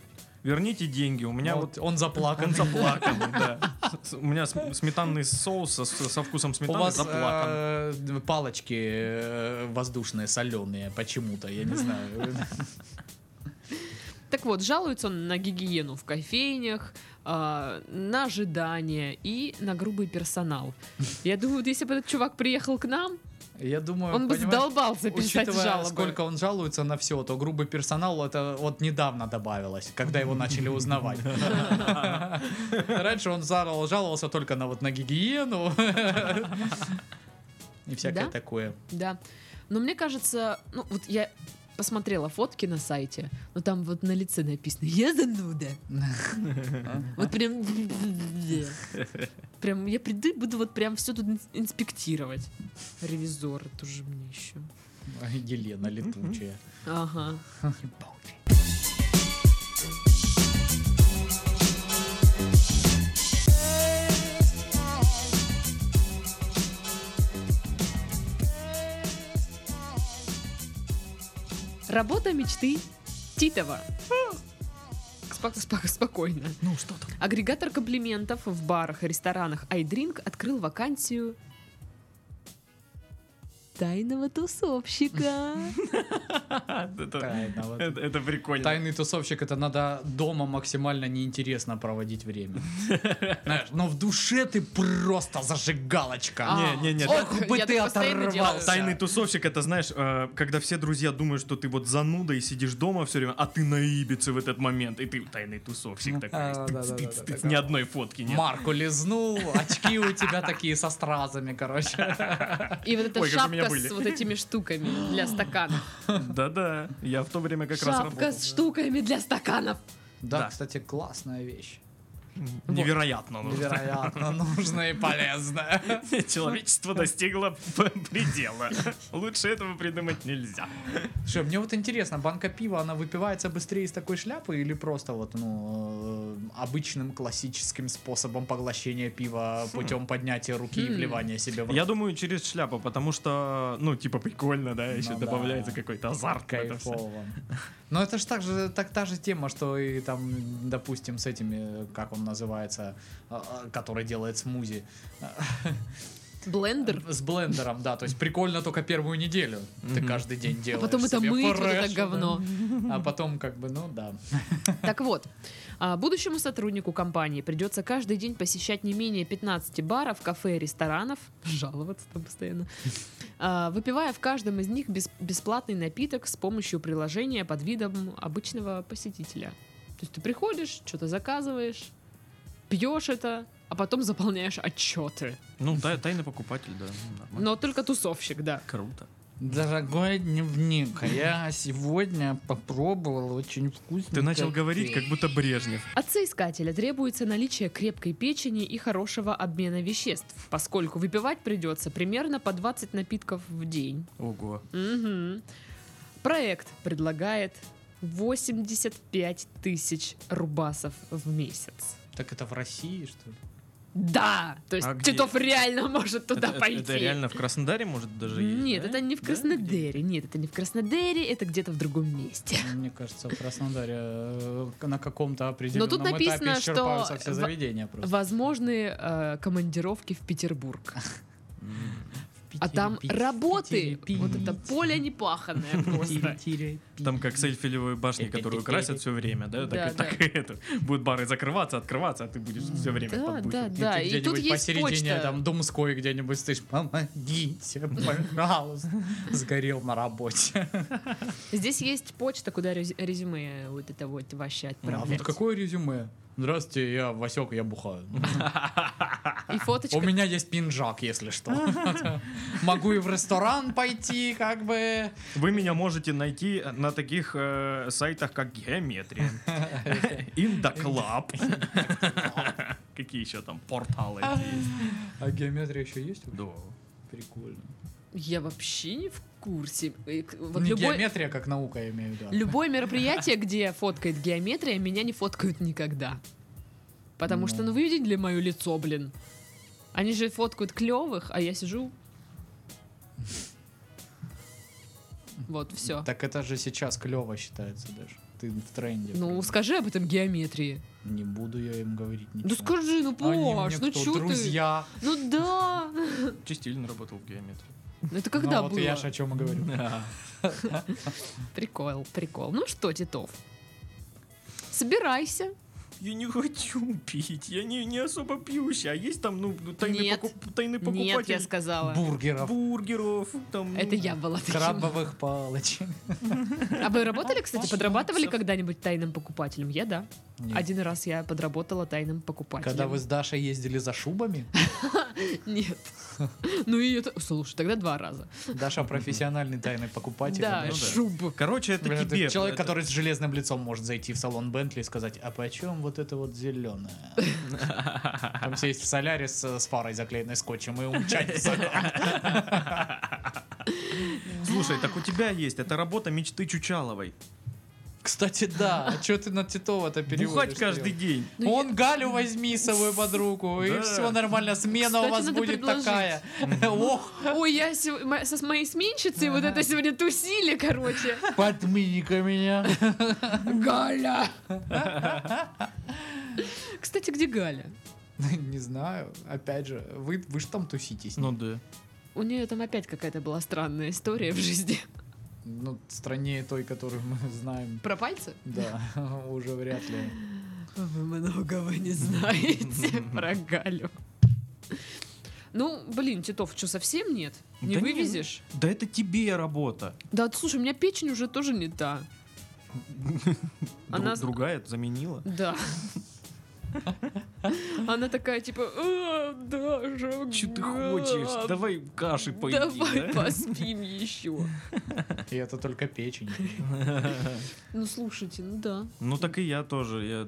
S3: верните деньги, у меня вот
S2: он заплакан.
S3: он заплакан. да. С- У меня см- сметанный соус со- со вкусом
S2: У
S3: сметаны
S2: вас
S3: заплакан.
S2: э, д- палочки э, воздушные, соленые, почему-то, я не знаю.
S1: Так вот, жалуется он на гигиену в кофейнях, а, на ожидание и на грубый персонал. Я думаю, вот если бы этот чувак приехал к нам,
S2: Я думаю,
S1: он бы
S2: Ну, понимаешь,
S1: задолбался писать
S2: Учитывая,
S1: жалобы.
S2: сколько он жалуется на все, то грубый персонал это вот недавно добавилось, когда его начали узнавать. Раньше он зарал- жаловался только на вот на гигиену и всякое
S1: Да?
S2: такое.
S1: Да. Но мне кажется, ну вот я посмотрела фотки на сайте, но там вот на лице написано «Я зануда». Вот прям... Прям я приду и буду вот прям все тут ин- инспектировать. Ревизор тоже мне еще.
S2: Елена летучая.
S1: Ага. Работа мечты Титова. Спок- спок- спокойно.
S2: Ну что там?
S1: Агрегатор комплиментов в барах и ресторанах iDrink открыл вакансию тайного тусовщика.
S3: Это
S2: Тайна, вот.
S3: это- это прикольно.
S2: Тайный тусовщик это надо дома максимально неинтересно проводить время. Знаешь, но в душе ты просто зажигалочка.
S1: А,
S3: Не, не, не.
S1: ох,
S2: Ох бы
S1: я
S2: ты
S1: так постоянно
S2: оторвался.
S1: делаю.
S3: Тайный тусовщик, это знаешь, э, когда все друзья думают, что ты вот зануда и сидишь дома все время, а ты на Ибице в этот момент, и ты тайный тусовщик такой.
S4: да-да-да-да-да.
S3: Тыц, тыц, тыц, Ни одной фотки нет.
S2: Марку лизнул, очки у тебя такие со стразами, короче.
S1: И вот эта
S3: Ой, как у меня
S1: шапка
S3: были.
S1: с вот этими штуками для стаканов.
S3: Да-да, я в то время как раз
S1: Шапка
S3: работал.
S1: с штуками для стаканов.
S2: Да,
S3: Да.
S2: кстати, классная вещь.
S3: Невероятно нужно.
S2: Невероятно нужная и полезная.
S3: Человечество достигло п- предела. Лучше этого придумать нельзя.
S2: Слушай, мне вот интересно, банка пива, она выпивается быстрее из такой шляпы или просто вот, ну, э, обычным классическим способом поглощения пива путем поднятия руки и
S1: Хм.
S2: вливания себе в рот?
S3: Я думаю, через шляпу, потому что, ну, типа, прикольно, да, еще
S2: Ну да.
S3: добавляется какой-то азарт в это всё.
S2: Кайфово. Но это же так же, так та же тема, что и там, допустим, с этими, как он называется, а, а, который делает смузи.
S1: Блендер.
S2: С блендером, да. То есть прикольно только первую неделю. Ты
S3: Мгм.
S2: каждый день
S1: А
S2: делаешь.
S1: потом это
S2: себе
S1: мыть, вот это
S2: фреш, да.
S1: говно.
S2: А потом как бы, ну да.
S1: Так вот, а, будущему сотруднику компании придется каждый день посещать не менее 15 баров, кафе и ресторанов, жаловаться там постоянно, а, выпивая в каждом из них бес- бесплатный напиток с помощью приложения под видом обычного посетителя. То есть ты приходишь, что-то заказываешь, пьешь это, а потом заполняешь отчеты.
S3: Ну, да, тайный покупатель, да, ну, нормально.
S1: Но только тусовщик, да.
S3: Круто.
S2: Дорогой дневник, а я сегодня попробовал очень вкусно.
S3: Ты начал говорить, как будто Брежнев.
S1: От соискателя требуется наличие крепкой печени и хорошего обмена веществ, поскольку выпивать придется примерно по 20 напитков в день.
S3: Ого.
S1: Мгм. Проект предлагает 85 тысяч рубасов в месяц.
S2: Так это в России, что ли?
S1: Да! То есть
S3: А где?
S1: Титов реально может туда
S3: это,
S1: пойти.
S3: это реально в Краснодаре, может, даже есть,
S1: Нет,
S3: да?
S1: это не в
S3: Да?
S1: Краснодаре. Нет, это не в Краснодаре, это где-то в другом месте.
S2: Ну, Мне кажется, в Краснодаре э, на каком-то определенном
S1: тут написано,
S2: этапе
S1: что
S2: исчерпаются все
S1: в-
S2: заведения просто.
S1: Возможны э, командировки в Петербург. А там
S2: Питере пить,
S1: работы.
S2: в Питере
S1: Вот это
S2: пить.
S1: поле непаханное просто.
S3: Там как с Эльфелевой башни, которую красят все время, да? Так, и-
S1: Да,
S3: так и это. Будут бары закрываться, открываться, а ты будешь все время
S1: Да,
S3: под бусин.
S1: да,
S2: И
S1: да.
S2: ты
S1: и
S2: где-нибудь
S1: тут есть
S2: посередине,
S1: почта.
S2: там, Думской где-нибудь стоишь, помогите, пожалуйста. Сгорел на работе.
S1: Здесь есть почта, куда рез- резюме вот это вот ваше
S2: А
S1: отправлять.
S2: вот какое резюме? Здравствуйте, я Васек, я бухаю. Ну,
S1: И
S2: а,
S1: фоточка.
S2: У меня есть пинжак, если что. Могу и в ресторан пойти, как бы.
S3: Вы меня можете найти на таких э, сайтах, как Геометрия, Индоклаб. Какие еще там порталы есть?
S2: А геометрия еще есть?
S3: Да.
S2: Прикольно.
S1: Я вообще не в курсе. Э, к- Вот
S2: Не
S1: любой-
S2: геометрия, как наука, я имею в виду.
S1: Любое мероприятие, где фоткает геометрия, меня не фоткают никогда. Потому что,
S2: Ну.
S1: ну вы видели мое лицо, блин. Они же фоткают клевых, а я сижу. Вот, все.
S2: Так это же сейчас клево считается даже. Ты в тренде.
S1: Ну, скажи об этом геометрии.
S2: Не буду я им говорить ничего.
S1: Ну скажи, ну
S2: Они
S1: Паш,
S2: мне
S1: ну
S2: кто,
S1: чё ты?
S2: друзья.
S1: Ну да.
S3: Чистильно работал в Геометрии.
S1: Ну Это когда
S2: ну, вот
S1: было?
S2: я ж о чем и говорю.
S1: Прикол, прикол. Ну что, Титов, собирайся.
S3: Я не хочу пить, я не, не особо пьющий, а есть там, ну, ну, тайный,
S1: Нет.
S3: покуп- тайный
S1: Нет,
S3: покупатель
S1: я сказала.
S2: Бургеров,
S3: бургеров, там... ну,
S1: Это я была таким.
S2: крабовых палочек.
S1: А вы работали, кстати,
S2: Пошла
S1: подрабатывали
S2: всё.
S1: когда-нибудь тайным покупателем? Я да.
S2: Нет.
S1: Один раз я подработала тайным покупателем.
S2: Когда вы с Дашей ездили за шубами,
S1: Нет. Ну и это... Слушай, тогда два раза.
S2: Daша профессиональный тайный покупатель.
S1: Да,
S2: понимаешь?
S3: ну да.
S1: шуб.
S3: Короче, это
S2: Блин, это
S3: тебе.
S2: человек,
S3: это-
S2: который с железным лицом может зайти в салон Бентли и сказать, а почем вот это вот зеленое? Там сесть в солярис э, с фарой, заклеенной скотчем, и умчать в салон.
S3: Слушай, так у тебя есть, это работа мечты Чучаловой.
S2: Кстати, да. А что ты на Титова-то переводишь?
S3: Бухать каждый
S2: Кирилл?
S3: день.
S1: Ну,
S2: Он Галю возьми с собой под руку, и
S3: Да.
S2: все нормально. Смена у
S1: Кстати,
S2: вас
S1: надо
S2: будет
S1: предложить.
S2: такая. Ох,
S1: Ой, я сего- мо- со с моей сменщицей вот
S2: Ага.
S1: это сегодня тусили, короче.
S2: подмини-ка меня. Галя.
S1: Кстати, где Галя?
S2: Не знаю. Опять же, вы, вы же там туситесь.
S3: Ну да.
S1: У нее там опять какая-то была странная история в жизни.
S2: Ну, страннее той, которую мы знаем.
S1: Про пальцы?
S2: Да, уже вряд ли.
S1: Вы многого не знаете про Галю. Ну, блин, Титов, что, совсем нет? Не
S3: Да не, ну.
S1: вывезешь?
S3: Да это тебе работа.
S1: Да, слушай, у меня печень уже тоже не та. Она-
S3: Друг- Другая заменила.
S1: Да. Она такая, типа, «А, да, же,
S3: Че ты
S1: да,
S3: хочешь? Давай каши поедим.
S1: Давай
S3: да?
S1: поспим еще.
S2: И это только печень.
S1: Ну, слушайте, ну да.
S3: Ну так и я тоже. Я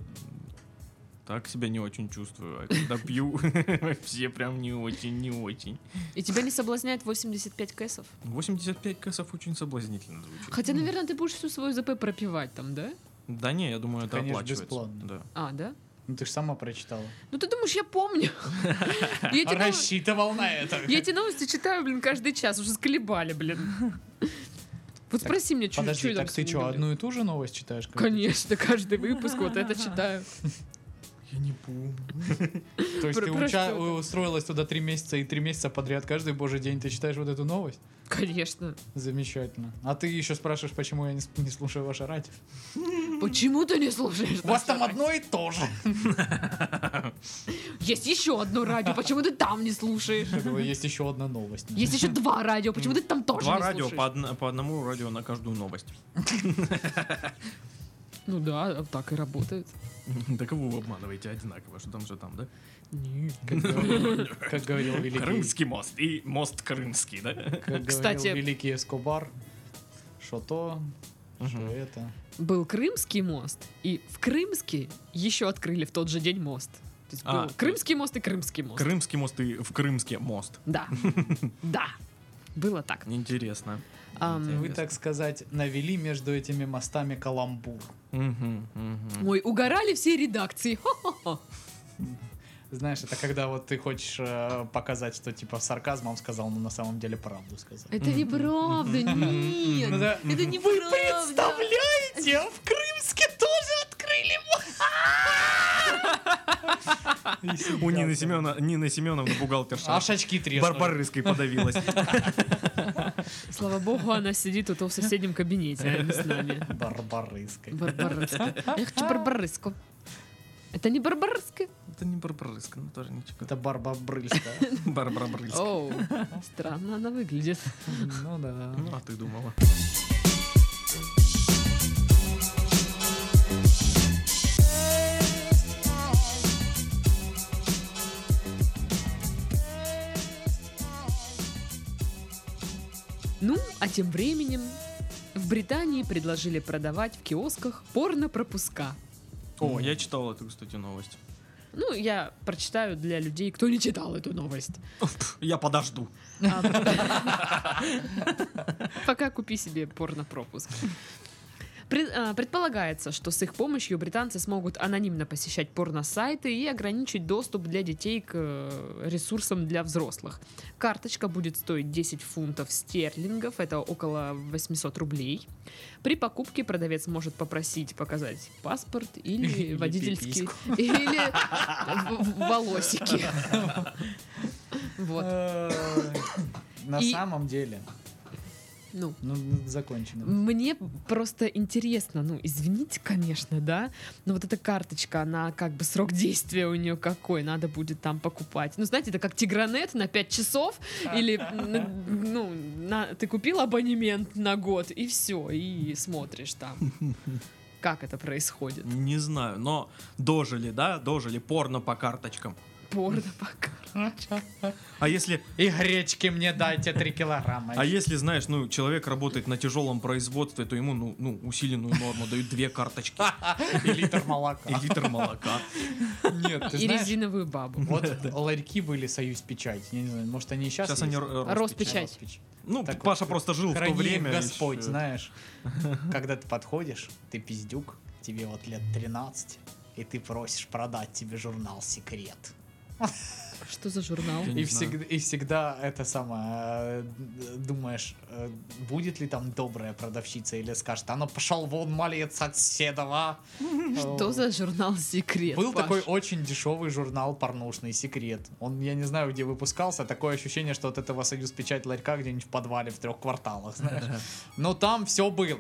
S3: так себя не очень чувствую. А когда пью, вообще прям не очень, не очень.
S1: И тебя не соблазняет 85 кэсов?
S3: 85 кэсов очень соблазнительно звучит.
S1: Хотя, наверное, ты будешь всю свою ЗП пропивать там, да?
S3: Да не, я думаю, это
S2: Конечно,
S3: оплачивается.
S2: бесплатно.
S3: Да.
S1: А, да?
S2: Ну, ты же сама прочитала.
S1: Ну ты думаешь, я помню. Я эти новости-
S2: Рассчитывал на это.
S1: я эти новости читаю, блин, каждый час. Уже сколебали, блин. Вот спроси меня, что
S2: Подожди,
S1: я там
S2: так ты
S1: сегодня
S2: что,
S1: говорила.
S2: одну и ту же новость читаешь? каждый
S1: Конечно, каждый выпуск вот это читаю.
S3: Я не помню.
S2: день? То есть
S1: Про-
S2: ты
S1: про
S2: уча-
S1: что это?
S2: устроилась туда три месяца, и три месяца подряд каждый божий день ты читаешь вот эту новость?
S1: Конечно.
S2: Замечательно. А ты еще спрашиваешь, почему я не, с- не слушаю ваш радио?
S1: Почему ты не слушаешь?
S2: У
S1: наше
S2: вас там
S1: радио?
S2: одно и то же.
S1: Есть еще одно радио, почему ты там не слушаешь?
S2: Я думаю, Есть еще одна новость.
S1: Есть еще два радио, почему ты там тоже
S3: Два
S1: не
S3: радио,
S1: слушаешь?
S3: по, одн- по одному радио на каждую новость.
S1: Ну да, так и работает.
S3: Так вы обманываете одинаково, что там же там, да?
S2: Как говорил- Как говорил великий...
S3: Крымский мост и мост Крымский, да?
S2: Как
S1: Кстати-
S2: говорил великий Эскобар, что то, что
S3: Мгм.
S2: это.
S1: Был Крымский мост, и в Крымске еще открыли в тот же день мост. То есть
S3: А,
S1: был Крымский мост и Крымский мост.
S3: Крымский мост и в Крымске мост.
S1: Да, да, было так.
S3: Интересно.
S1: Ам,
S2: Вы,
S3: Интересно.
S2: так сказать, навели между этими мостами каламбур.
S3: Мгм, мгм.
S1: Ой, угорали все редакции. Хо-хо-хо.
S2: Знаешь, это когда вот ты хочешь э, показать, что типа сарказмом сказал, но на самом деле правду сказал.
S1: Это неправда,
S2: Ну
S1: нет,
S2: да.
S1: это неправда.
S2: представляете, а в Крымске тоже открыли мост!
S3: У Нины Семена, Нина Семеновна бухгалтерша.
S2: Аж очки треснули.
S3: Барбарыской подавилась.
S1: Слава богу, она сидит у того в соседнем кабинете рядом с нами.
S2: Барбарыской.
S1: Барбарыска. Я хочу барбарыску. Это не барбарыска.
S3: Это не Барбарыска, ну тоже ничего.
S2: Это Барбабрыльская.
S3: Барбарыска.
S1: Оу, странно она выглядит.
S2: Ну да.
S3: Ну, а ты думала.
S1: Ну, а тем временем в Британии предложили продавать в киосках порно-пропуска.
S3: О, я читал эту, кстати, новость.
S1: Ну, я прочитаю для людей, кто не читал эту новость.
S3: Я подожду.
S1: А, Пока купи себе порно-пропуск. Пред- а, Предполагается, что с их помощью британцы смогут анонимно посещать порно-сайты и ограничить доступ для детей к э, ресурсам для взрослых. Карточка будет стоить 10 фунтов стерлингов, это около 800 рублей. При покупке продавец может попросить показать паспорт или
S2: Или
S1: водительский,
S2: пипиську.
S1: или в- в- волосики. Вот.
S2: На
S1: И-
S2: самом деле,
S1: Ну,
S2: ну, закончено.
S1: Мне просто интересно, ну, извините, конечно, да, но вот эта карточка, она как бы срок действия у нее какой, надо будет там покупать. Ну, знаете, это как Тигранет на 5 часов, или, н- ну, на- ты купил абонемент на год, и все, и смотришь там, как это происходит.
S3: Не знаю, но дожили, да? Дожили порно по карточкам.
S1: Порно пока.
S3: А если,
S2: И гречки мне дайте 3 килограмма.
S3: а если, знаешь, ну, человек работает на тяжелом производстве, то ему, ну, ну усиленную норму дают две карточки
S2: И литр молока.
S3: и литр молока.
S2: Нет, ты
S1: И
S2: знаешь,
S1: резиновую бабу.
S2: Вот ларьки были Союз Печать. Я не знаю, может они и сейчас
S3: Сейчас они
S2: есть?
S3: ро-
S1: Роспечать.
S3: роспечатают.
S1: Роспечать.
S2: Роспечь.
S3: Ну,
S2: Так
S3: Паша
S2: вот,
S3: просто жил в то
S2: Храни их
S3: время.
S2: Господь,
S3: ещё.
S2: знаешь. Когда ты подходишь, ты пиздюк, тебе вот лет 13, и ты просишь продать тебе журнал «Секрет».
S1: Что за журнал?
S3: Я
S2: И
S3: не знаю.
S2: всегда, и всегда это самое, э, думаешь, э, будет ли там добрая продавщица или скажет, а ну пошел вон молиться от седова. Э,
S1: Что за журнал секрет?
S2: Был
S1: Паш?
S2: такой очень дешевый журнал порнушный «Секрет». Он, я не знаю, где выпускался, такое ощущение, что от этого союз печать ларька где-нибудь в подвале в трех кварталах, знаешь. Но там все было.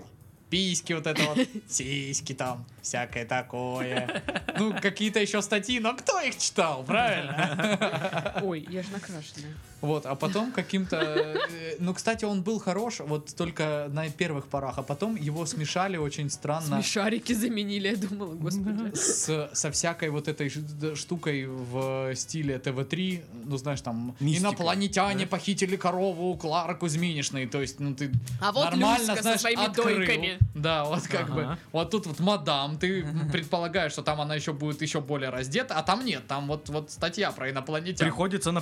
S2: Письки вот это вот, сиськи там, всякое такое. Ну, какие-то еще статьи, но кто их читал, правильно?
S1: Ой, я же накрашенная.
S2: Вот, а потом каким-то... э, Ну, кстати, он был хорош, вот только на первых порах, а потом его смешали очень странно
S1: Смешарики заменили, я думала, господи.
S2: с, со всякой вот этой ж- д- штукой в стиле ТВ-3, ну, знаешь, там,
S3: Мистика,
S2: инопланетяне похитили корову Клара Кузьминишной, то есть, ну, ты
S1: А вот
S2: нормально,
S1: Люська со
S2: знаешь,
S1: своими
S2: открыл.
S1: дойками.
S2: Да, вот как
S3: Ага.
S2: бы, вот тут вот мадам, ты предполагаешь, что там она еще будет еще более раздета, а там нет, там вот, вот статья про инопланетян.
S3: Приходится на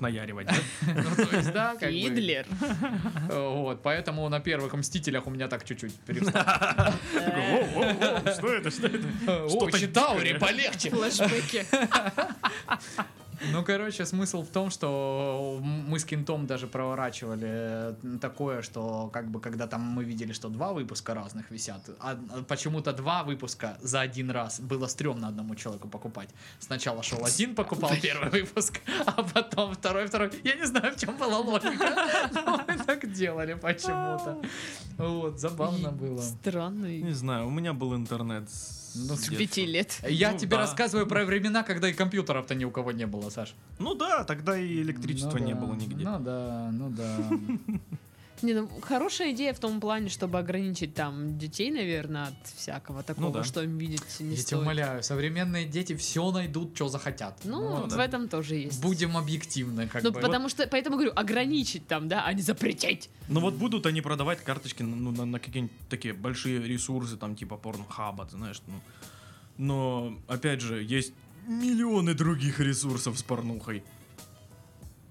S3: наяривать. да?
S2: Ну, то есть, да, как бы,
S1: Фидлер.
S2: э, Вот, поэтому на первых «Мстителях» у меня так чуть-чуть перестало.
S3: Такой, «Воу, воу, воу, Что это? Что это?
S2: О,
S3: Что-то
S2: Читаури,
S3: дикое.
S2: полегче.
S1: Флэшбэки.
S2: Ну, короче, смысл в том, что мы с Кентом даже проворачивали э, такое, что как бы когда там мы видели, что два выпуска разных висят, а а почему-то два выпуска за один раз было стрёмно одному человеку покупать. Сначала шел один, покупал первый выпуск, а потом второй, второй. Я не знаю, в чем была логика, но мы так делали почему-то. Вот, забавно было.
S1: Странный.
S3: Не знаю, у меня был интернет с
S2: Ну,
S1: С
S3: детства.
S1: пяти лет.
S2: Я
S3: Ну,
S2: тебе
S3: да.
S2: рассказываю про времена, когда и компьютеров-то ни у кого не было, Саш.
S3: Ну да, тогда и электричества
S2: Ну
S3: не
S2: да,
S3: было нигде.
S2: Ну да, ну да.
S1: Не, ну, хорошая идея в том плане, чтобы ограничить там детей, наверное, от всякого
S2: Ну
S1: такого,
S3: да.
S1: что им видеть не
S2: Я тебя
S1: стоит.
S2: умоляю, современные дети все найдут, что захотят.
S1: Ну,
S2: Ну,
S1: вот
S3: да.
S1: в этом тоже есть.
S2: Будем объективны, как
S1: Ну,
S2: бы.
S1: потому что, поэтому говорю, ограничить там, да, а не запретить.
S3: Ну вот будут они продавать карточки ну, на, на какие-нибудь такие большие ресурсы, там типа порнхаба, ты знаешь, ну. Но, опять же, есть миллионы других ресурсов с порнухой,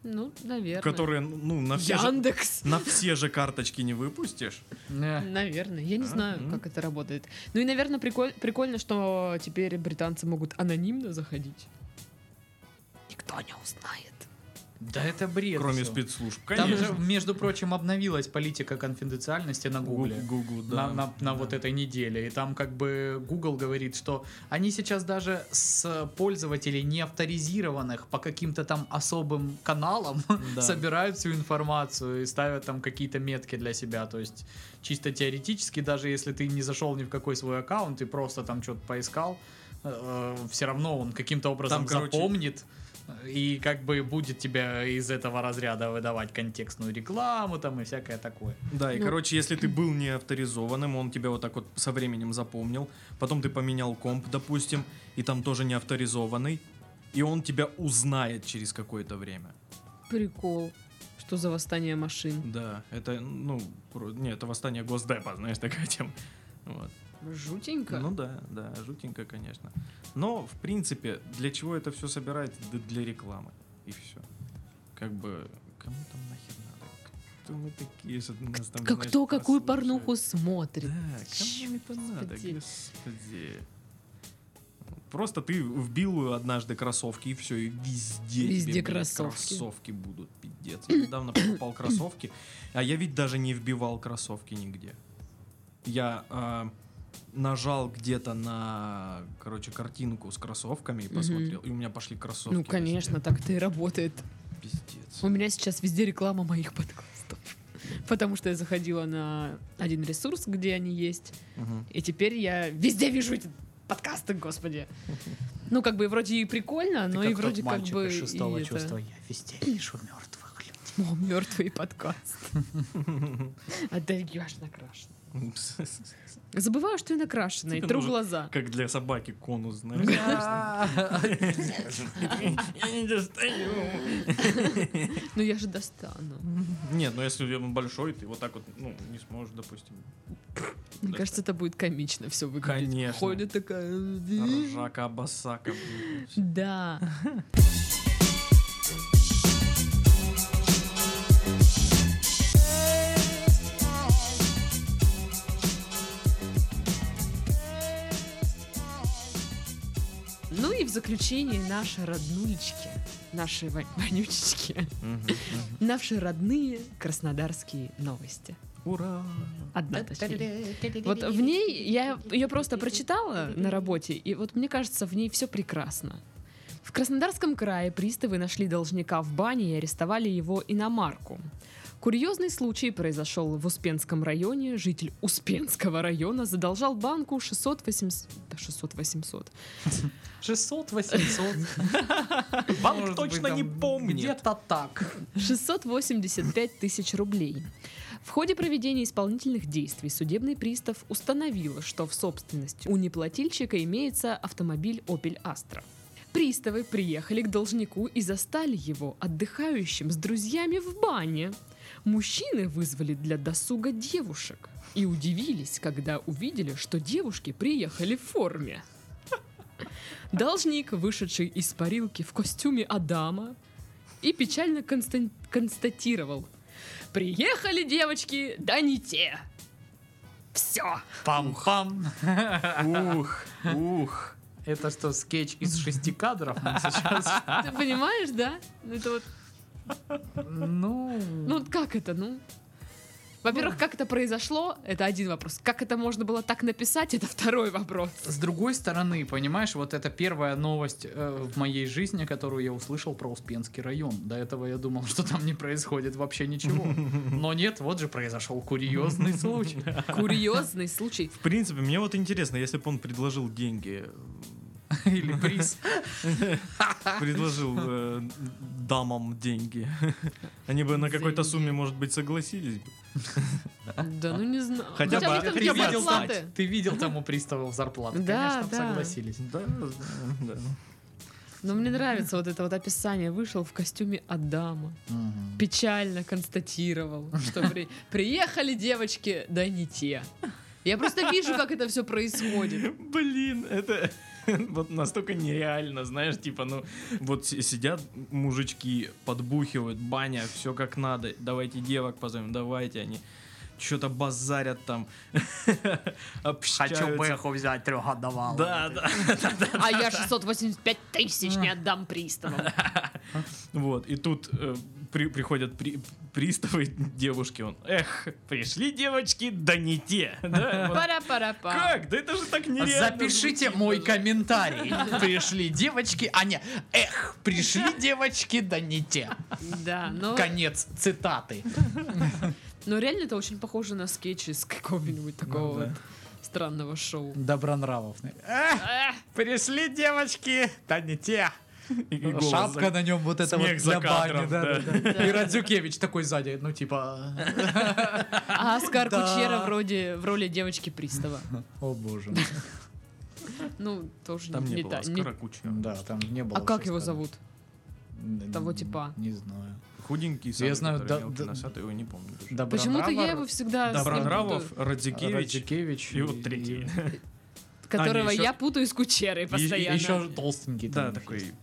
S1: Ну, наверное.
S3: которые, ну, на все, же,
S1: Яндекс.
S3: на все же карточки не выпустишь.
S2: Э,
S1: Наверное, я не
S3: А,
S1: знаю,
S3: м.
S1: как это работает. Ну и, наверное, приколь- прикольно, что теперь британцы могут анонимно заходить. Никто не узнает.
S2: Да это бред.
S3: кроме
S2: всё.
S3: спецслужб.
S2: Там
S3: Конечно.
S2: же, между прочим, обновилась политика конфиденциальности на Гугле.
S3: Гу- Гугл, да.
S2: на, на- на вот этой неделе. И там как бы Google говорит, что они сейчас даже с пользователей не авторизированных по каким-то там особым каналам
S3: Да.
S2: собирают всю информацию и ставят там какие-то метки для себя. То есть чисто теоретически, даже если ты не зашел ни в какой свой аккаунт и просто там что-то поискал, все равно он каким-то образом
S3: Там, короче,
S2: запомнит. И как бы будет тебя из этого разряда выдавать контекстную рекламу там и всякое такое.
S3: Да, и,
S1: Ну.
S3: короче, если ты был не авторизованным, он тебя вот так вот со временем запомнил, потом ты поменял комп, допустим, и там тоже не авторизованный, и он тебя узнает через какое-то время.
S1: Прикол. Что за восстание машин?
S3: Да, это, ну, про- не, это восстание Госдепа, знаешь, такая тема. Вот.
S1: Жутенько.
S3: Ну да, да, жутенько, конечно. Но, в принципе, для чего это все собирается? Да для рекламы. И все. Как бы, кому там нахер надо? Кто мы такие, что Ну, нас там,
S1: Как
S3: знаешь,
S1: кто какую
S3: послушает?
S1: порнуху смотрит?
S3: Да, кому это надо,
S1: Господи.
S3: господи. Просто ты вбил однажды кроссовки, и все, и везде,
S1: Везде
S3: тебе, блядь,
S1: кроссовки.
S3: кроссовки будут, пиздец. Я недавно покупал кроссовки, а я ведь даже не вбивал кроссовки нигде. Я а, нажал где-то на, короче, картинку с кроссовками и
S1: Мгм.
S3: посмотрел, и у меня пошли кроссовки.
S1: Ну, конечно, так это и работает.
S3: везде. Пиздец.
S1: У меня сейчас везде реклама моих подкастов. Потому что я заходила на один ресурс, где они есть.
S3: Мгм.
S1: И теперь я везде вижу эти подкасты, господи. Ну, как бы вроде и прикольно, но
S2: Ты
S1: Ну и
S2: как
S1: вроде
S2: тот
S1: как
S2: мальчик
S1: бы...
S2: из
S1: и
S2: шестого
S1: это-
S2: чувства. Я везде вижу мертвых людей.
S1: О, мертвый подкаст. А да я ж накрашена. Забываю, что я накрашена, и
S3: Тебе
S1: тру
S3: нужен-
S1: глаза.
S3: Как для собаки конус, знаешь. Я не достаю.
S1: Ну, я же достану.
S3: Нет, ну если он большой, ты вот так вот, ну, не сможешь, допустим.
S1: Мне
S3: Да.
S1: кажется, это будет комично все выглядеть.
S3: Конечно.
S1: Ходит такая...
S3: Ржака, басака. блин.
S1: Да. Ну и в заключение наши роднулечки, наши во- вонючечки, наши родные краснодарские новости.
S3: Ура!
S1: Одна точнее. Вот в ней я ее просто прочитала на работе, и вот мне кажется, в ней все прекрасно. В Краснодарском крае приставы нашли должника в бане и арестовали его иномарку. Курьезный случай произошел в Успенском районе. Житель Успенского района задолжал банку 600-800... 600-800.
S2: 600, 800.
S3: Банк
S2: Может
S3: точно
S2: быть, там
S3: не помнит.
S2: Где-то так.
S1: 685 тысяч рублей. В ходе проведения исполнительных действий судебный пристав установил, что в собственности у неплательщика имеется автомобиль Opel Astra. Приставы приехали к должнику и застали его отдыхающим с друзьями в бане. Мужчины вызвали для досуга девушек и удивились, когда увидели, что девушки приехали в форме. Должник, вышедший из парилки в костюме Адама, и печально констан- констатировал. Приехали девочки, да не те. Все.
S2: Пам-пам.
S3: Ух, ух.
S2: Это что, скетч из шести кадров нам сейчас?
S3: А.
S1: Ты понимаешь, да? Ну, Это вот,
S2: Ну...
S1: ну вот как это, ну?
S3: Ну.
S1: Во-первых, как это произошло, это один вопрос. Как это можно было так написать, это второй вопрос.
S2: С другой стороны, понимаешь, вот это первая новость э, в моей жизни, которую я услышал про Успенский район. До этого я думал, что там не происходит вообще ничего. Но нет, вот же произошел курьезный случай.
S1: Курьезный случай.
S3: В принципе, мне вот интересно, если бы он предложил деньги,
S2: Или приз.
S3: предложил э, дамам деньги, они бы на какой-то сумме, может быть, согласились бы.
S1: Да ну не знаю.
S3: Хотя бы-
S1: у них там
S3: Ты
S1: две
S3: видел
S1: зарплаты.
S2: там, ты видел там у приставов зарплаты.
S1: Да,
S2: Конечно,
S1: да.
S2: согласились.
S3: Да, да.
S1: Но мне нравится вот это вот описание. Вышел в костюме Адама.
S2: Мгм.
S1: печально констатировал, что при- приехали девочки, да не те. Я просто вижу, как это все происходит.
S3: Блин, это вот настолько нереально, знаешь, типа, ну, вот си- сидят мужички, подбухивают, баня, все как надо, давайте девок позовем, давайте они что-то базарят там, общаются.
S2: взять трехгодовалую.
S3: Да, да.
S1: А я 685 тысяч не отдам приставам.
S3: Вот, и тут э, при- приходят при- приставы девушки, он, эх, пришли девочки, да не те. Да, вот
S1: Пара-пара-па.
S3: Как? Да это же так
S2: ну
S3: нереально.
S2: Запишите
S3: звучит
S2: мой
S3: даже.
S2: комментарий. Пришли девочки, а не, эх, пришли девочки, да не те.
S1: Да, но,
S2: Конец цитаты.
S1: но реально это очень похоже на скетчи с какого-нибудь такого
S3: Ну да.
S1: вот странного шоу.
S2: Добронравов. Эх,
S1: Э,
S2: Пришли девочки, да не те.
S3: И- и голос
S2: Шапка на нем вот это вот
S3: смех
S2: для
S3: за
S2: бани.
S3: кадром,
S2: да,
S3: да.
S2: да, да. И Радзюкевич такой сзади, ну типа,
S1: А Оскар
S2: Да.
S1: Кучера вроде в роли девочки пристава.
S2: о боже.
S1: Ну, тоже
S3: Там не,
S1: не
S3: было а
S1: та-
S3: Оскара
S1: не-
S3: Кучера.
S2: Да, там не было.
S1: А как
S2: шестого.
S1: его зовут?
S2: Н-
S1: Того
S2: н-
S1: типа.
S2: Не знаю.
S3: Худенький, самый,
S2: Я знаю, да-
S3: который мелкий
S2: да-
S3: носатый, его не помню. даже.
S1: Почему-то я его
S2: Добронравов,
S1: всегда... с ним
S3: Добронравов,
S1: путаю,
S3: Радзикевич
S2: Радзюкевич
S3: и вот третий.
S1: Которого
S3: ещё-
S1: я путаю с Кучерой постоянно.
S2: Еще толстенький. там
S3: Да,
S2: ещё
S3: такой...
S2: есть.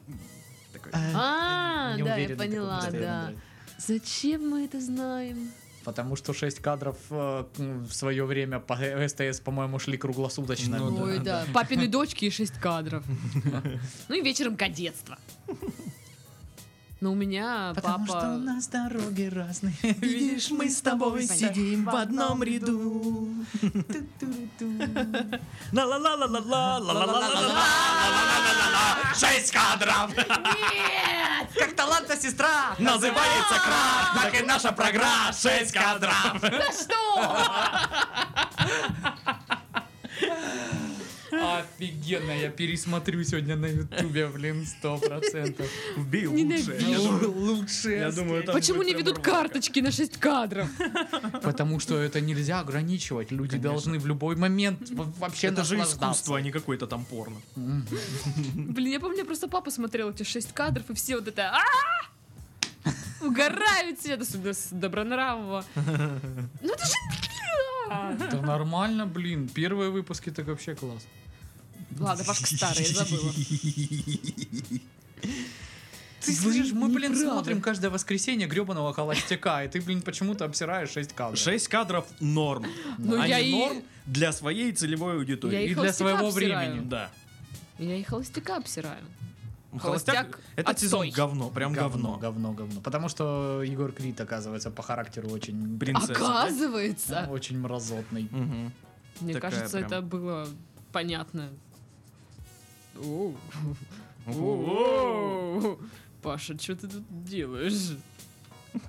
S3: такой.
S1: А, да, я
S2: Неуверенный такой
S1: поняла,
S2: постоянно,
S1: да. Зачем мы это знаем?
S2: Потому что 6 кадров э, в свое время по СТС, по-моему, шли круглосуточно.
S3: Ну да.
S1: Ой, да. Папины дочки и шесть кадров. Ну и вечером кадетство. Но у меня
S2: Потому что у
S1: папа...
S2: нас дороги разные.
S1: Видишь, мы с тобой сидим
S3: в одном ряду. Ла-ла-ла-ла-ла-ла-ла-ла-ла-ла-ла.
S2: Шесть кадров!
S1: Нет!
S2: Как таланта сестра! Называется крах! Так и наша программа! Шесть кадров!
S1: Да что?
S2: Офигенно, я пересмотрю сегодня на ютубе, блин, сто процентов.
S3: Вбей лучше. Я
S1: Ненавижу.
S3: думаю,
S2: Лучше.
S3: Я думаю, там
S1: Почему
S3: будет
S1: не
S3: прям
S1: ведут
S3: рвака.
S1: карточки на шесть кадров?
S2: Потому что это нельзя ограничивать. Люди
S3: Конечно.
S2: должны в любой момент в- вообще
S3: Это же
S2: наслаждаться.
S3: искусство, а не какое-то там порно.
S1: Блин, я помню, я просто папа смотрел эти шесть кадров, и все вот это... «А-а-а!» Угорают все, особенно с Добронравова. Ну это же...
S2: Да нормально, блин. Первые выпуски так вообще класс.
S1: Ладно, Пашка старая, забыла.
S2: Ты слышишь, мы, блин, смотрим каждое воскресенье гребаного холостяка, и ты, блин, почему-то обсираешь 6 кадров.
S3: Шесть кадров норм.
S1: Ну,
S3: а
S1: я
S3: не
S1: и-
S3: норм для своей целевой
S1: Я
S3: аудитории.
S1: и
S2: И для
S1: холостяка
S2: своего
S1: обсираю.
S2: времени.
S3: Да.
S1: Я и холостяка обсираю.
S3: Холостяк.
S1: Холостяк
S3: Это сезон
S1: отстой.
S3: говно, прям говно.
S2: Говно, говно. Потому что Егор Крид, оказывается, по характеру очень...
S3: Принцесса.
S1: Оказывается.
S2: Очень мразотный.
S3: Мгм.
S1: Мне
S3: Такая
S1: кажется,
S3: прям.
S1: это было понятно. Оу.
S3: О,
S1: Оу. Паша, что ты тут делаешь?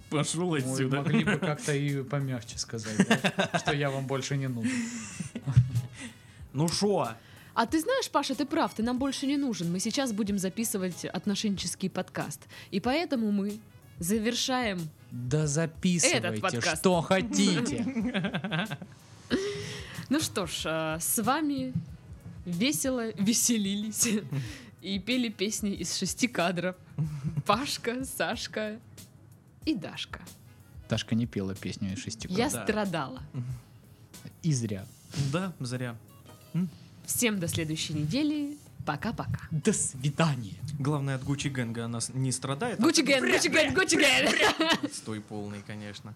S3: Пошел
S2: Ой, могли бы как-то и помягче сказать, да, что я вам больше не нужен.
S3: Ну шо?
S1: А ты знаешь, Паша, ты прав, ты нам больше не нужен. Мы сейчас будем записывать отношенческий подкаст. И поэтому мы завершаем.
S2: Да
S1: Этот
S2: записывайте,
S1: подкаст.
S2: что хотите.
S1: Ну что ж, а, с вами весело веселились и пели песни из шести кадров. Пашка, Сашка и Дашка.
S2: Ташка не пела песню из шести
S1: Я
S3: Да.
S1: страдала.
S2: И зря.
S3: Да, зря.
S1: Всем до следующей недели. Пока-пока.
S2: До свидания.
S3: Главное, от Гуччи Гэнга она с- не страдает. а
S1: Гуччи Гэн, Гуччи Гэн, Гуччи Гэн.
S3: Стой полный, конечно.